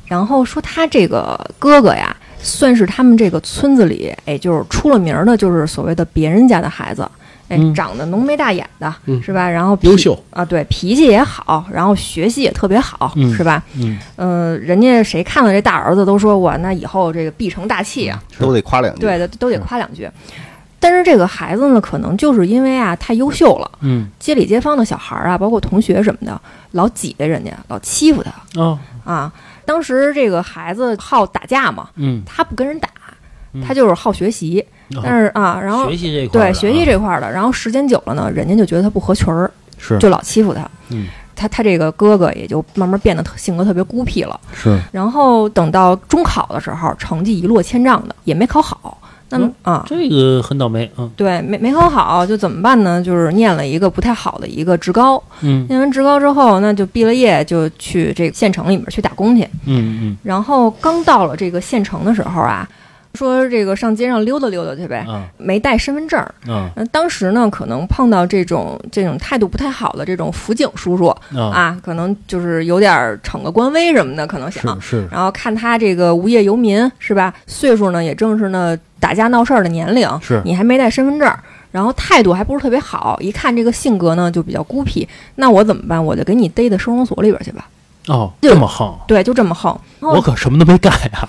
然后说他这个哥哥呀，算是他们这个村子里，哎，就是出了名儿的，就是所谓的别人家的孩子，哎，嗯长得浓眉大眼的，嗯是吧？然后优脾秀啊，对，脾气也好，然后学习也特别好，嗯是吧？嗯，呃，人家谁看了这大儿子都说我那以后这个必成大器啊，都得夸两句。对的，都得夸两句。但是这个孩子呢，可能就是因为啊太优秀了，嗯街里街坊的小孩儿啊，包括同学什么的，老挤兑人家，老欺负他哦啊。当时这个孩子好打架嘛，嗯，他不跟人打，嗯他就是好学习，哦但是啊，然后学习这一块儿的对啊，学习这块儿的，然后时间久了呢，人家就觉得他不合群儿，是就老欺负他。嗯他他这个哥哥也就慢慢变得特性格特别孤僻了。是然后等到中考的时候，成绩一落千丈的，也没考好。那么啊，这个很倒霉，嗯对，没没考好就怎么办呢？就是念了一个不太好的一个职高，嗯念完职高之后，那就毕了业，就去这个县城里面去打工去。嗯然后刚到了这个县城的时候啊，说这个上街上溜达溜达去呗嗯，啊没带身份证。啊嗯，当时呢，可能碰到这种这种态度不太好的这种辅警叔叔啊，啊，可能就是有点儿逞个官威什么的，可能想是。是然后看他这个无业游民是吧？岁数呢，也正是呢打架闹事儿的年龄，是，你还没带身份证儿，然后态度还不是特别好，一看这个性格呢就比较孤僻，那我怎么办？我就给你逮到收容所里边去吧。哦，这么横，对，就这么横。然我后可什么都没干呀，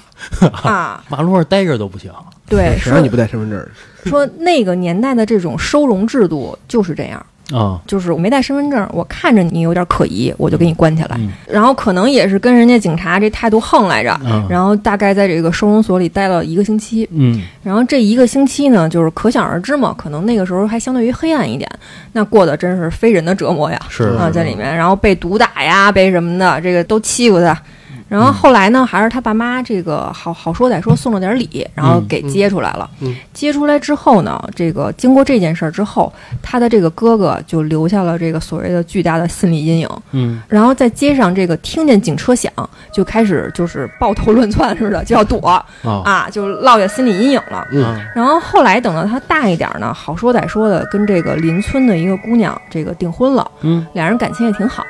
啊嗯啊，马路上待着都不行。对，谁让你说不带身份证儿？说那个年代的这种收容制度就是这样。啊，就是我没带身份证儿，我看着你有点可疑，我就给你关起来。嗯然后可能也是跟人家警察这态度横来着，嗯然后大概在这个收容所里待了一个星期。嗯然后这一个星期呢，就是可想而知嘛，可能那个时候还相对于黑暗一点，那过得真是非人的折磨呀。是嗯啊，在里面，然后被毒打呀，被什么的，这个都欺负他。然后后来呢，还是他爸妈这个好好说歹说送了点礼，然后给接出来了。嗯嗯接出来之后呢，这个经过这件事儿之后，他的这个哥哥就留下了这个所谓的巨大的心理阴影。嗯然后在街上这个听见警车响，就开始就是抱头乱窜似的，就要躲哦啊啊，就落下心理阴影了。嗯，然后后来等到他大一点儿呢，好说歹说的跟这个邻村的一个姑娘这个订婚了，嗯，俩人感情也挺好。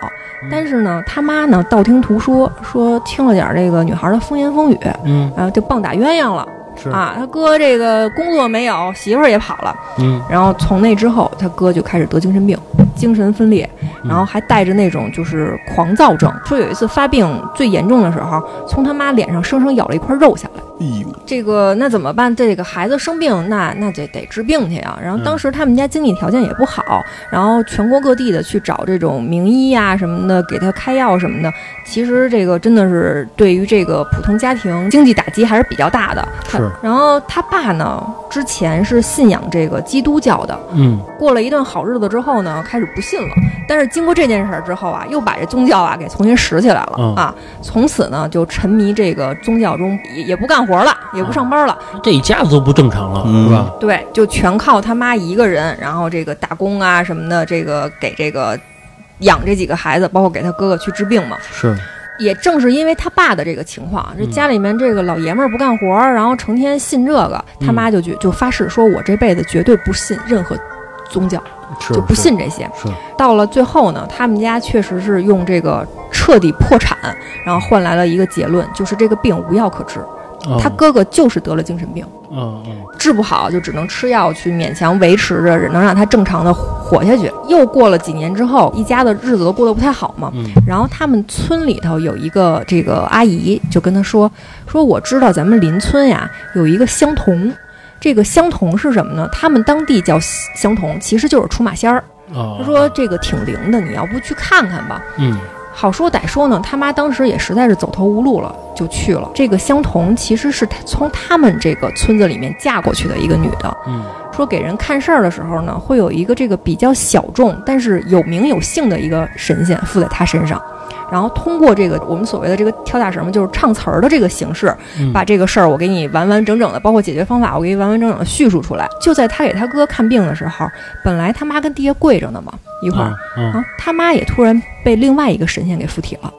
但是呢，他妈呢道听途说，说听了点儿这个女孩的风言风语，嗯啊，就棒打鸳鸯了是啊。他哥这个工作没有，媳妇儿也跑了。嗯然后从那之后，他哥就开始得精神病，精神分裂，嗯然后还带着那种就是狂躁症。说有一次发病最严重的时候，从他妈脸上生生咬了一块肉下来。哎呦，这个那怎么办？这个孩子生病，那那得得治病去啊。然后当时他们家经济条件也不好，然后全国各地的去找这种名医啊什么的，给他开药什么的。其实这个真的是对于这个普通家庭经济打击还是比较大的。是然后他爸呢，之前是信仰这个基督教的，嗯过了一段好日子之后呢，开始不信了。但是经过这件事儿之后啊，又把这宗教啊给重新拾起来了、嗯啊。从此呢，就沉迷这个宗教中，也也不干活了，也不上班了，这一家子都不正常了，嗯是吧？对，就全靠他妈一个人，然后这个打工啊什么的，这个给这个养这几个孩子，包括给他哥哥去治病嘛。是，也正是因为他爸的这个情况，这嗯家里面这个老爷们儿不干活儿，然后成天信这个，他嗯妈就觉就发誓说，我这辈子绝对不信任何宗教，是嗯就不信这些。是，到了最后呢，他们家确实是用这个彻底破产，然后换来了一个结论，就是这个病无药可治。哦他哥哥就是得了精神病，哦哦，治不好就只能吃药去勉强维持着，能让他正常的活下去。又过了几年之后，一家的日子都过得不太好嘛。嗯然后他们村里头有一个这个阿姨就跟他说：“说我知道咱们邻村呀有一个相同，这个相同是什么呢？他们当地叫相同，其实就是出马仙儿。哦，他说这个挺灵的，你要不去看看吧？嗯好说歹说呢，他妈当时也实在是走投无路了，就去了。这个相同其实是他从他们这个村子里面嫁过去的一个女的，嗯说给人看事儿的时候呢，会有一个这个比较小众但是有名有姓的一个神仙附在他身上，然后通过这个我们所谓的这个跳大绳嘛，就是唱词儿的这个形式，嗯，把这个事儿我给你完完整整的，包括解决方法，我给你完完整整的叙述出来。就在他给他哥看病的时候，本来他妈跟地下跪着呢嘛，一一会儿。，嗯啊，他妈也突然被另外一个神仙给附体了。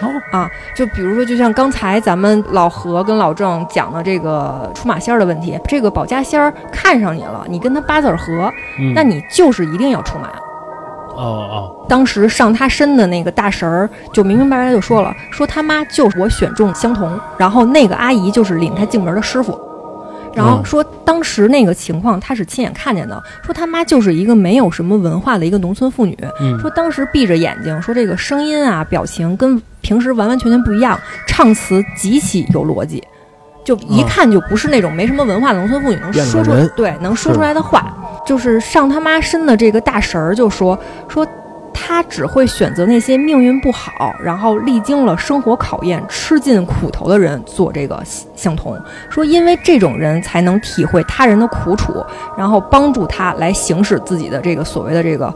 哦啊，就比如说，就像刚才咱们老何跟老郑讲的这个出马仙儿的问题，这个保家仙儿看上你了，你跟他八字儿合，嗯那你就是一定要出马。哦当时上他身的那个大神儿就明明白白就说了，说他妈就是我选中相同，然后那个阿姨就是领他进门的师傅。然后嗯说，当时那个情况他是亲眼看见的。说他妈就是一个没有什么文化的一个农村妇女，哦，嗯说当时闭着眼睛，说这个声音啊、表情跟平时完完全全不一样，唱词极其有逻辑，就一嗯看就不是那种没什么文化的农村妇女能变了说出个人对能说出来的话。就是上他妈身的这个大神儿就说说。他只会选择那些命运不好，然后历经了生活考验、吃尽苦头的人做这个相同。说因为这种人才能体会他人的苦楚，然后帮助他来行使自己的这个所谓的这个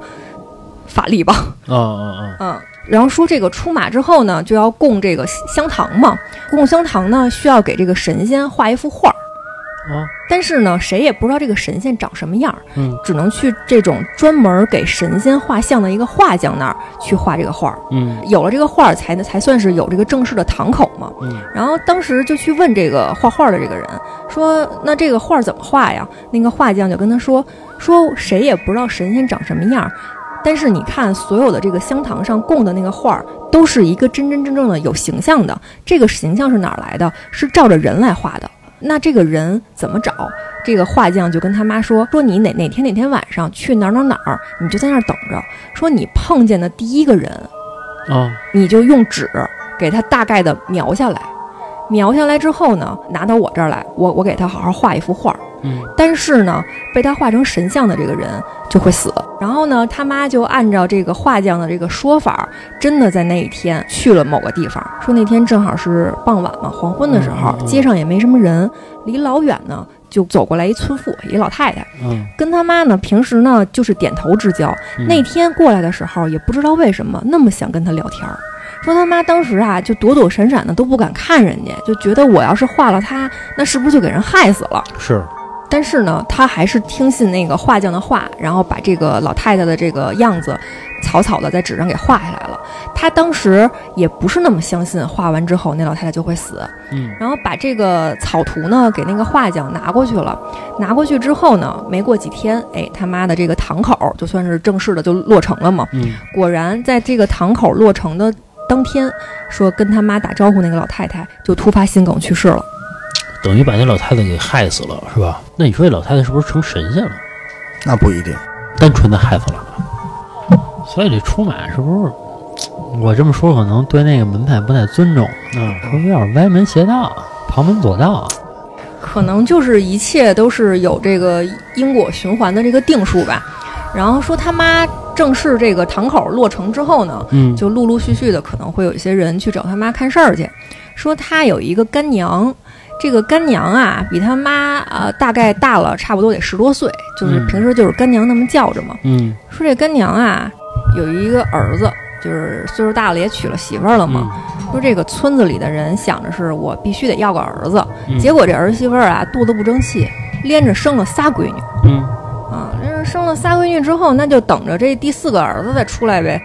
法力吧。哦哦嗯，然后说这个出马之后呢，就要供这个香堂嘛，供香堂呢需要给这个神仙画一幅画儿。哦哦，但是呢，谁也不知道这个神仙长什么样儿，嗯只能去这种专门给神仙画像的一个画匠那儿去画这个画儿。嗯有了这个画儿，才能才算是有这个正式的堂口嘛。嗯然后当时就去问这个画画的这个人，说：“那这个画怎么画呀？”那个画匠就跟他说：“说谁也不知道神仙长什么样，但是你看所有的这个香堂上供的那个画儿，都是一个真真正正的有形象的。这个形象是哪儿来的？是照着人来画的。那这个人怎么找？”这个画匠就跟他妈说：“说你哪哪天哪天晚上去哪儿哪儿哪儿，你就在那儿等着。说你碰见的第一个人，哦啊你就用纸给它大概的描下来，描下来之后呢，拿到我这儿来，我我给他好好画一幅画儿。嗯但是呢，被他画成神像的这个人就会死。然后呢，他妈就按照这个画匠的这个说法，真的在那一天去了某个地方。说那天正好是傍晚嘛，黄昏的时候嗯嗯，嗯街上也没什么人，离老远呢就走过来一村妇，一老太太，嗯，跟他妈呢平时呢就是点头之交，嗯那天过来的时候，也不知道为什么那么想跟他聊天儿，说他妈当时啊就躲躲闪闪的都不敢看人家，就觉得我要是画了他，那是不是就给人害死了？是但是呢，他还是听信那个画匠的话，然后把这个老太太的这个样子，草草的在纸上给画下来了。他当时也不是那么相信，画完之后那老太太就会死，嗯然后把这个草图呢给那个画匠拿过去了，拿过去之后呢，没过几天，哎，他妈的这个堂口就算是正式的就落成了嘛。嗯果然，在这个堂口落成的当天，说跟他妈打招呼那个老太太就突发心梗去世了。等于把那老太太给害死了，是吧？那你说这老太太是不是成神仙了？那不一定。单纯的害死了，所以这出马是不是？我这么说可能对那个门派不太尊重，嗯，是不是有点歪门邪道、旁门左道？可能就是一切都是有这个因果循环的这个定数吧。然后说他妈正式这个堂口落成之后呢，嗯就陆陆续续的可能会有一些人去找他妈看事儿去，说他有一个干娘，这个干娘啊比他妈呃大概大了差不多得十多岁，就是嗯平时就是干娘那么叫着嘛。嗯说这干娘啊有一个儿子，就是岁数大了也娶了媳妇儿了嘛，嗯说这个村子里的人想着是我必须得要个儿子，嗯结果这儿媳妇儿啊肚子不争气，连着生了仨闺女嗯啊，那生了仨闺女之后，那就等着这第四个儿子再出来呗。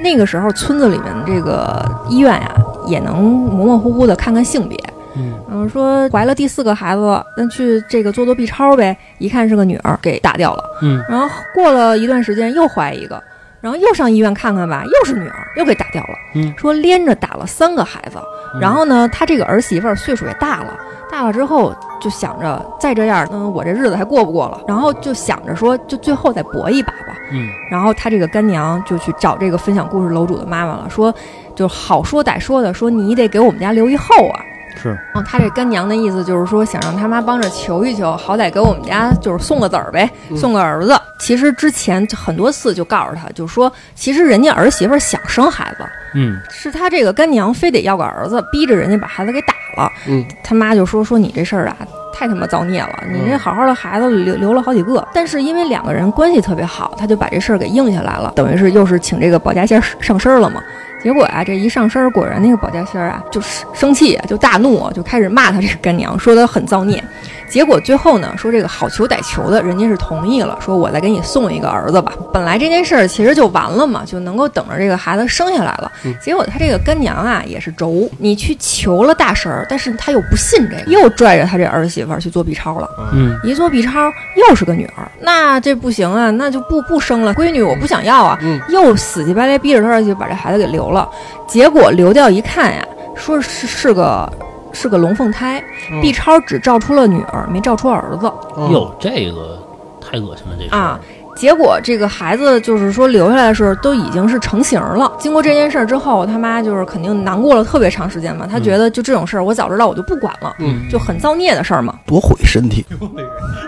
那个时候村子里面这个医院呀、也能模模糊糊的看看性别，嗯嗯，说怀了第四个孩子了，那去这个做做 B 超呗，一看是个女儿，给打掉了。嗯，然后过了一段时间又怀一个，然后又上医院看看吧，又是女儿，又给打掉了。嗯，说连着打了三个孩子，然后呢，他这个儿媳妇儿岁数也大了，大了之后就想着再这样，嗯，我这日子还过不过了？然后就想着说，就最后再搏一把吧。嗯，然后他这个干娘就去找这个分享故事楼主的妈妈了，说就好说歹说的，说你得给我们家留一后啊。是，然后他这干娘的意思就是说，想让他妈帮着求一求，好歹给我们家就是送个子儿呗，嗯送个儿子。其实之前很多次就告诉他，就说其实人家儿媳妇儿想生孩子， 嗯是他这个干娘非得要个儿子，逼着人家把孩子给打了。嗯，他妈就说说你这事儿啊，太他妈造孽了！你这嗯好好的孩子留留了好几个，但是因为两个人关系特别好，他就把这事儿给应下来了，等于是又是请这个保家仙儿上身儿了嘛。结果啊，这一上身儿，果然那个保家仙儿啊，就是生气啊，就大怒啊，就开始骂他这个干娘，说他很造孽。结果最后呢，说这个好求歹求的，人家是同意了，说我再给你送一个儿子吧。本来这件事儿其实就完了嘛，就能够等着这个孩子生下来了。结果他这个干娘啊也是轴，你去求了大神儿，但是他又不信这个，又拽着他这儿媳妇儿去做 B 超了。嗯一做 B 超又是个女儿，那这不行啊，那就不不生了，闺女我不想要啊，嗯又死乞白赖逼着他就把这孩子给留了。结果留掉一看呀，说是是个是个龙凤胎、嗯 b 超只照出了女儿，没照出儿子。哟，这个太恶心了，这事儿啊结果这个孩子就是说留下来的时候都已经是成型了。经过这件事儿之后，他妈就是肯定难过了特别长时间嘛。他觉得就这种事儿，我早知道我就不管了，嗯就很造孽的事儿嘛。多毁身体。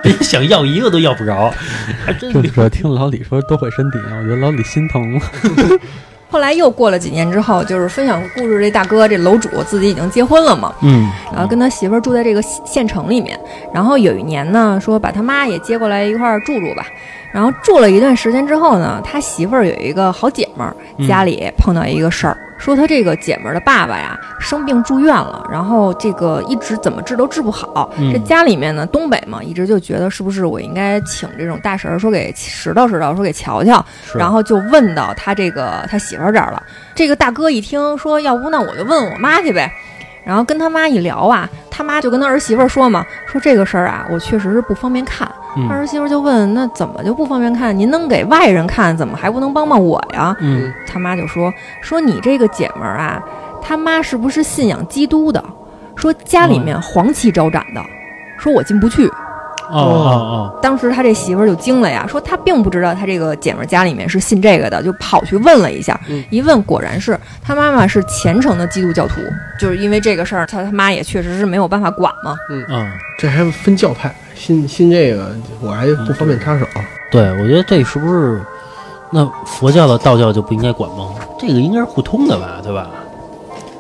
人家想要一个都要不着，还真这是主要听老李说多毁身体啊，我觉得老李心疼了。后来又过了几年之后，就是分享故事这大哥这楼主自己已经结婚了嘛，嗯然后跟他媳妇儿住在这个县县城里面。然后有一年呢，说把他妈也接过来一块儿住住吧。然后住了一段时间之后呢，他媳妇儿有一个好姐们儿，家里碰到一个事儿，说他这个姐们儿的爸爸呀生病住院了，然后这个一直怎么治都治不好。嗯这家里面呢，东北嘛，一直就觉得是不是我应该请这种大神儿说给拾掇拾掇，说给瞧瞧。是然后就问到他这个他媳妇儿这儿了。这个大哥一听说，要不那我就问我妈去呗。然后跟他妈一聊啊，他妈就跟他儿媳妇儿说嘛，说这个事儿啊，我确实是不方便看。嗯他儿媳妇儿就问，那怎么就不方便看？您能给外人看，怎么还不能帮帮我呀？嗯他妈就说，说你这个姐们儿啊，他妈是不是信仰基督的？说家里嗯面黄旗招展的，说我进不去。哦哦当时他这媳妇儿就惊了呀，说她并不知道她这个姐们儿家里面是信这个的，就跑去问了一下，嗯一问果然是她妈妈是虔诚的基督教徒，就是因为这个事儿，她他妈也确实是没有办法管嘛。哦嗯。这还分教派，信信这个我还不方便插手。对，我觉得这是不是那佛教的道教就不应该管吗？这个应该是互通的吧，对吧？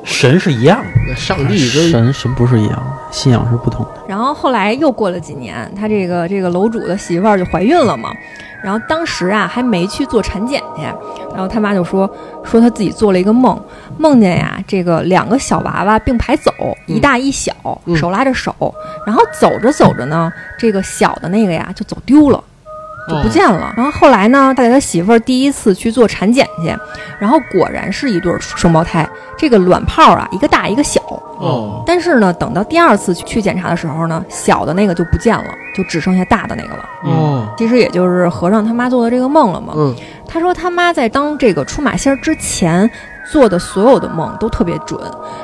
神是一样的，那上帝呃跟神神不是一样，信仰是不同的。然后后来又过了几年，她这个这个楼主的媳妇儿就怀孕了嘛，然后当时啊还没去做产检去，然后他妈就说说她自己做了一个梦，梦见呀、这个两个小娃娃并排走，一大一小，嗯手拉着手，然后走着走着呢，这个小的那个呀就走丢了。哦就不见了。然后后来呢，他给他媳妇儿第一次去做产检去，然后果然是一对儿双胞胎，这个卵泡啊一个大一个小。哦但是呢，等到第二次去去检查的时候呢，小的那个就不见了，就只剩下大的那个了。哦其实也就是和尚他妈做的这个梦了嘛。嗯他说他妈在当这个出马仙儿之前做的所有的梦都特别准，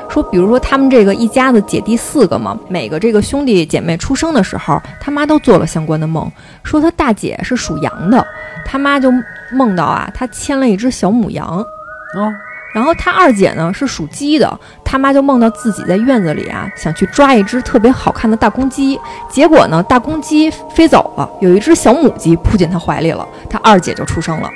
说比如说他们这个一家子姐弟四个嘛，每个这个兄弟姐妹出生的时候，他妈都做了相关的梦，说他大姐是属羊的，他妈就梦到啊，她牵了一只小母羊。哦，然后他二姐呢是属鸡的，他妈就梦到自己在院子里啊，想去抓一只特别好看的大公鸡，结果呢，大公鸡飞走了，有一只小母鸡扑进他怀里了，他二姐就出生了。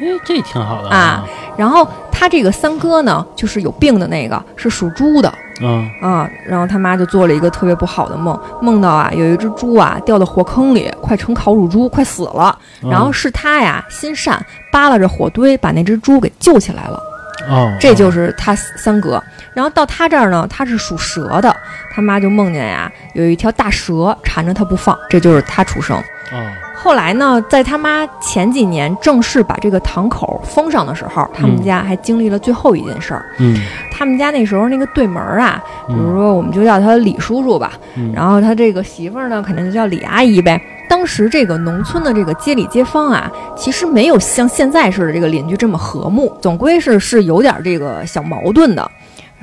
哎，这挺好的啊啊。然后他这个三哥呢，就是有病的那个，是属猪的，嗯啊，然后他妈就做了一个特别不好的梦，梦到啊有一只猪啊掉到火坑里，快成烤乳猪，快死了。嗯然后是他呀心善，扒拉着火堆把那只猪给救起来了。哦，这就是他三哥。然后到他这儿呢，他是属蛇的，他妈就梦见呀有一条大蛇缠着他不放，这就是他出生。哦，后来呢，在他妈前几年正式把这个堂口封上的时候，他们嗯家还经历了最后一件事儿。嗯，他们家那时候那个对门儿啊，比如嗯，说我们就叫他李叔叔吧，嗯然后他这个媳妇儿呢，肯定就叫李阿姨呗。当时这个农村的这个街里街坊啊，其实没有像现在似的这个邻居这么和睦，总归是是有点这个小矛盾的，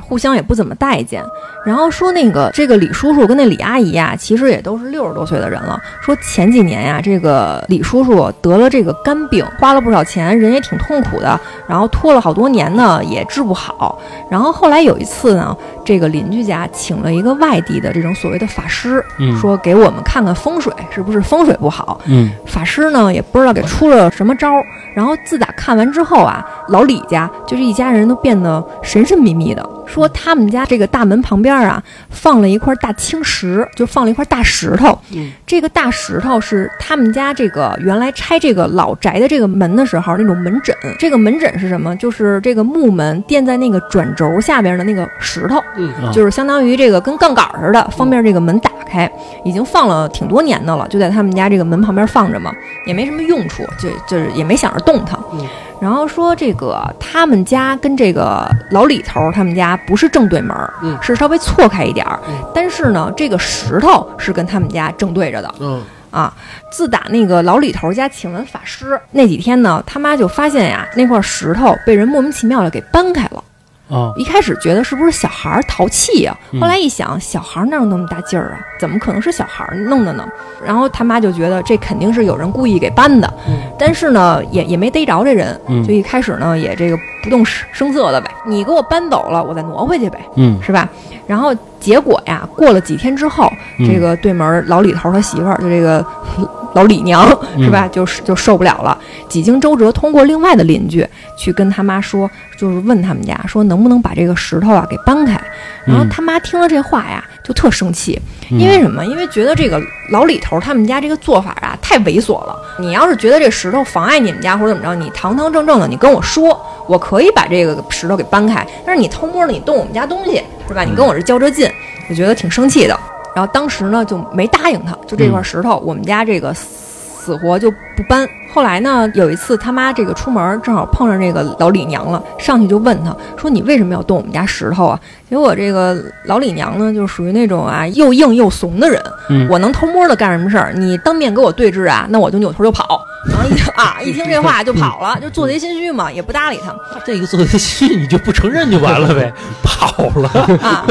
互相也不怎么待见。然后说那个这个李叔叔跟那李阿姨啊，其实也都是六十多岁的人了。说前几年呀、这个李叔叔得了这个肝病，花了不少钱，人也挺痛苦的，然后拖了好多年呢，也治不好。然后后来有一次呢，这个邻居家请了一个外地的这种所谓的法师，嗯，说给我们看看风水是不是风水不好。嗯，法师呢也不知道给出了什么招儿，然后自打看完之后啊，老李家就是一家人都变得神神秘秘的，说他们家这个大门旁边啊放了一块大青石，就放了一块大石头。嗯这个大石头是他们家这个原来拆这个老宅的这个门的时候那种门枕。这个门枕是什么？就是这个木门垫在那个转轴下边的那个石头。啊就是相当于这个跟杠杆儿似的，方便这个门打开，已经放了挺多年的了，就在他们家这个门旁边放着嘛，也没什么用处，就就是也没想着动它。嗯然后说这个他们家跟这个老李头儿他们家不是正对门儿，嗯是稍微错开一点儿，嗯但是呢，这个石头是跟他们家正对着的。嗯，啊，自打那个老李头家请完法师那几天呢，他妈就发现呀，那块石头被人莫名其妙的给搬开了。哦，一开始觉得是不是小孩儿淘气呀、嗯后来一想，小孩儿哪有那么大劲儿啊？怎么可能是小孩儿弄的呢？然后他妈就觉得这肯定是有人故意给搬的，嗯但是呢，也也没逮着这人，嗯就一开始呢也这个不动声声色的呗，你给我搬走了，我再挪回去呗，嗯，是吧？然后结果呀，过了几天之后，嗯这个对门儿老李头儿他媳妇儿，就这个 老李娘嗯是吧，就是就受不了了。几经周折，通过另外的邻居去跟他妈说，就是问他们家说能不能把这个石头啊给搬开。然后嗯他妈听了这话呀，就特生气，嗯因为什么？因为觉得这个老李头儿他们家这个做法啊太猥琐了。你要是觉得这石头妨碍你们家或者怎么着，你堂堂正正的你跟我说，我可以把这个石头给搬开。但是你偷摸的你动我们家东西是吧？你跟我这较着劲，我觉得挺生气的。然后当时呢就没答应他，就这块石头、我们家这个死活就不搬。后来呢，有一次他妈这个出门正好碰上这个老李娘了，上去就问他说：“你为什么要动我们家石头啊？”结果这个老李娘呢，就属于那种啊又硬又怂的人，嗯我能偷摸的干什么事儿？你当面跟我对峙啊，那我就扭头就跑。然后一听啊，一听这话就跑了，就做贼心虚嘛，也不搭理他们。这个做的戏你就不承认就完了 呗，跑了，啊。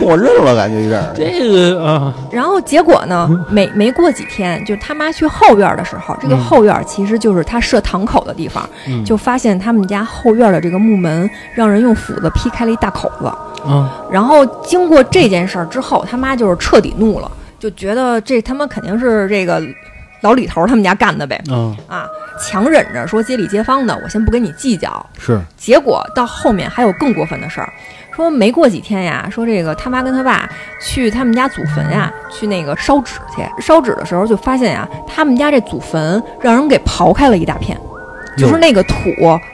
默认了，感觉有点儿。这个啊，然后结果呢，没没过几天，就他妈去后院的时候，这个嗯后院其实就是他设堂口的地方，嗯就发现他们家后院的这个木门让人用斧子劈开了一大口子。啊，然后经过这件事儿之后，他妈就是彻底怒了，就觉得这他妈肯定是这个老李头他们家干的呗嗯，啊，强忍着说街里街坊的，我先不跟你计较，是，结果到后面还有更过分的事儿，说没过几天呀，说这个他妈跟他爸去他们家祖坟呀，去那个烧纸去。烧纸的时候就发现呀，他们家这祖坟让人给刨开了一大片，就是那个土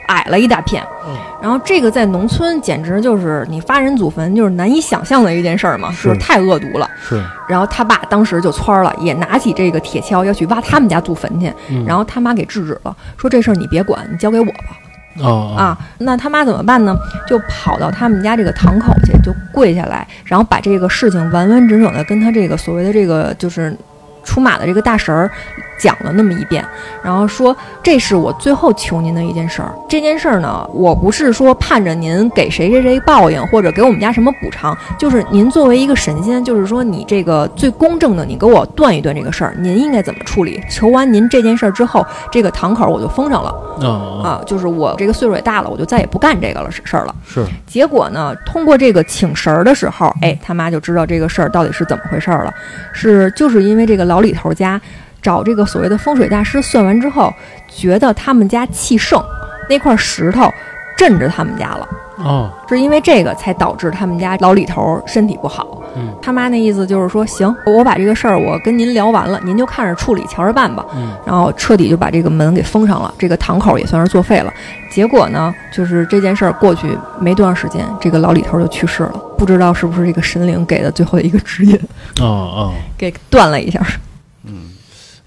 矮了一大片。嗯然后这个在农村简直就是你发人祖坟就是难以想象的一件事儿嘛，是就是太恶毒了。是，然后他爸当时就窜儿了，也拿起这个铁锹要去挖他们家祖坟去，嗯然后他妈给制止了，说这事儿你别管，你交给我吧。哦，啊，那他妈怎么办呢？就跑到他们家这个堂口去，就跪下来，然后把这个事情完完整整的跟他这个所谓的这个就是出马的这个大神儿讲了那么一遍，然后说这是我最后求您的一件事儿。这件事儿呢，我不是说盼着您给谁谁谁报应或者给我们家什么补偿，就是您作为一个神仙，就是说你这个最公正的，你给我断一断这个事儿，您应该怎么处理？求完您这件事儿之后，这个堂口我就封上了。哦，啊，就是我这个岁数也大了，我就再也不干这个了事事儿了。是，结果呢，通过这个请神儿的时候，哎，他妈就知道这个事儿到底是怎么回事儿了。是就是因为这个老李头家找这个所谓的风水大师算完之后，觉得他们家气盛，那块石头。镇着他们家了，哦，是因为这个才导致他们家老李头儿身体不好。嗯他妈那意思就是说，行，我把这个事儿我跟您聊完了，您就看着处理，瞧着办吧。嗯然后彻底就把这个门给封上了，这个堂口也算是作废了。结果呢，就是这件事儿过去没多长时间，这个老李头就去世了，不知道是不是这个神灵给的最后一个指引，哦哦。给断了一下。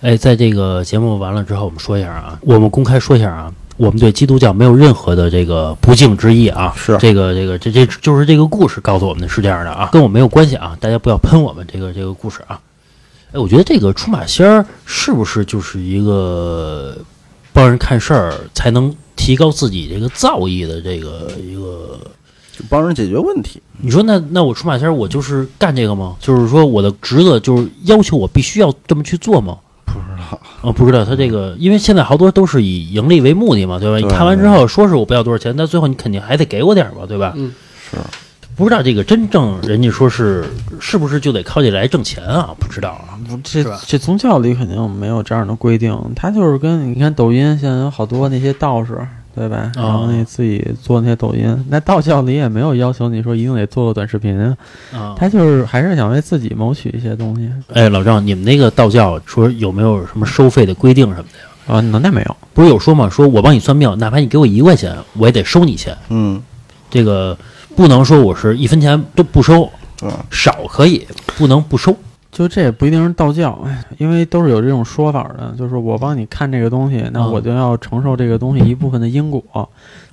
哎，在这个节目完了之后，我们说一下啊，我们公开说一下啊，我们对基督教没有任何的这个不敬之意啊。是这个这个这这就是这个故事告诉我们的是这样的啊，跟我没有关系啊，大家不要喷我们这个这个故事啊。哎，我觉得这个出马仙儿是不是就是一个帮人看事儿才能提高自己这个造诣的这个一个？就帮人解决问题。你说那那我出马仙儿，我就是干这个吗？就是说我的职责就是要求我必须要这么去做吗？不知道，嗯哦，不知道他这个，因为现在好多都是以盈利为目的嘛，对吧？对你看完之后说是我不要多少钱，但最后你肯定还得给我点儿吧，对吧？嗯，是不知道这个真正人家说是是不是就得靠这来挣钱啊？不知道啊。这是吧这宗教里肯定没有这样的规定，他就是跟你看抖音现在有好多那些道士，对吧？然后你自己做那些抖音，那道教里也没有要求你说一定得做个短视频，啊，他就是还是想为自己谋取一些东西哎，老赵，你们那个道教说有没有什么收费的规定什么的呀？啊。那那没有，不是有说嘛，说我帮你算命，哪怕你给我一块钱，我也得收你钱。嗯，这个不能说我是一分钱都不收，对，少可以，不能不收。就这也不一定是道教，哎因为都是有这种说法的，就是我帮你看这个东西，那嗯我就要承受这个东西一部分的因果，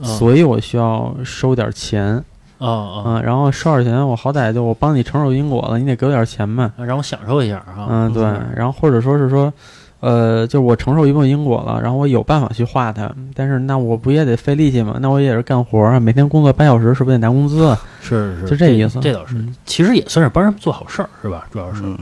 所以我需要收点钱。啊啊，嗯，然后收点钱，我好歹就我帮你承受因果了，你得给我点钱呗。让我享受一下啊。嗯，对。然后或者说是说，呃，就是我承受一部分因果了，然后我有办法去化它，但是那我不也得费力气吗？那我也是干活啊，每天工作八小时，是不是得拿工资啊？是是，就这意思这倒是嗯，其实也算是帮人做好事儿，是吧？主要是，嗯，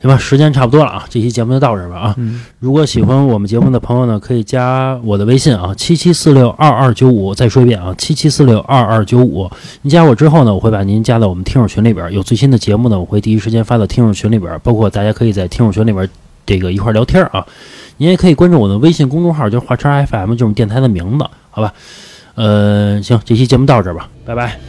行吧，时间差不多了啊，这期节目就到这儿吧啊。嗯，如果喜欢我们节目的朋友呢，可以加我的微信啊，七七四六二二九五。再说一遍啊，七七四六二二九五。您加我之后呢，我会把您加到我们听友群里边儿，有最新的节目呢，我会第一时间发到听友群里边儿，包括大家可以在听友群里边儿这个一块儿聊天儿啊。您也可以关注我的微信公众号，就是华车 FM，就是我们电台的名字，好吧？呃，行，这期节目到这儿吧，拜拜。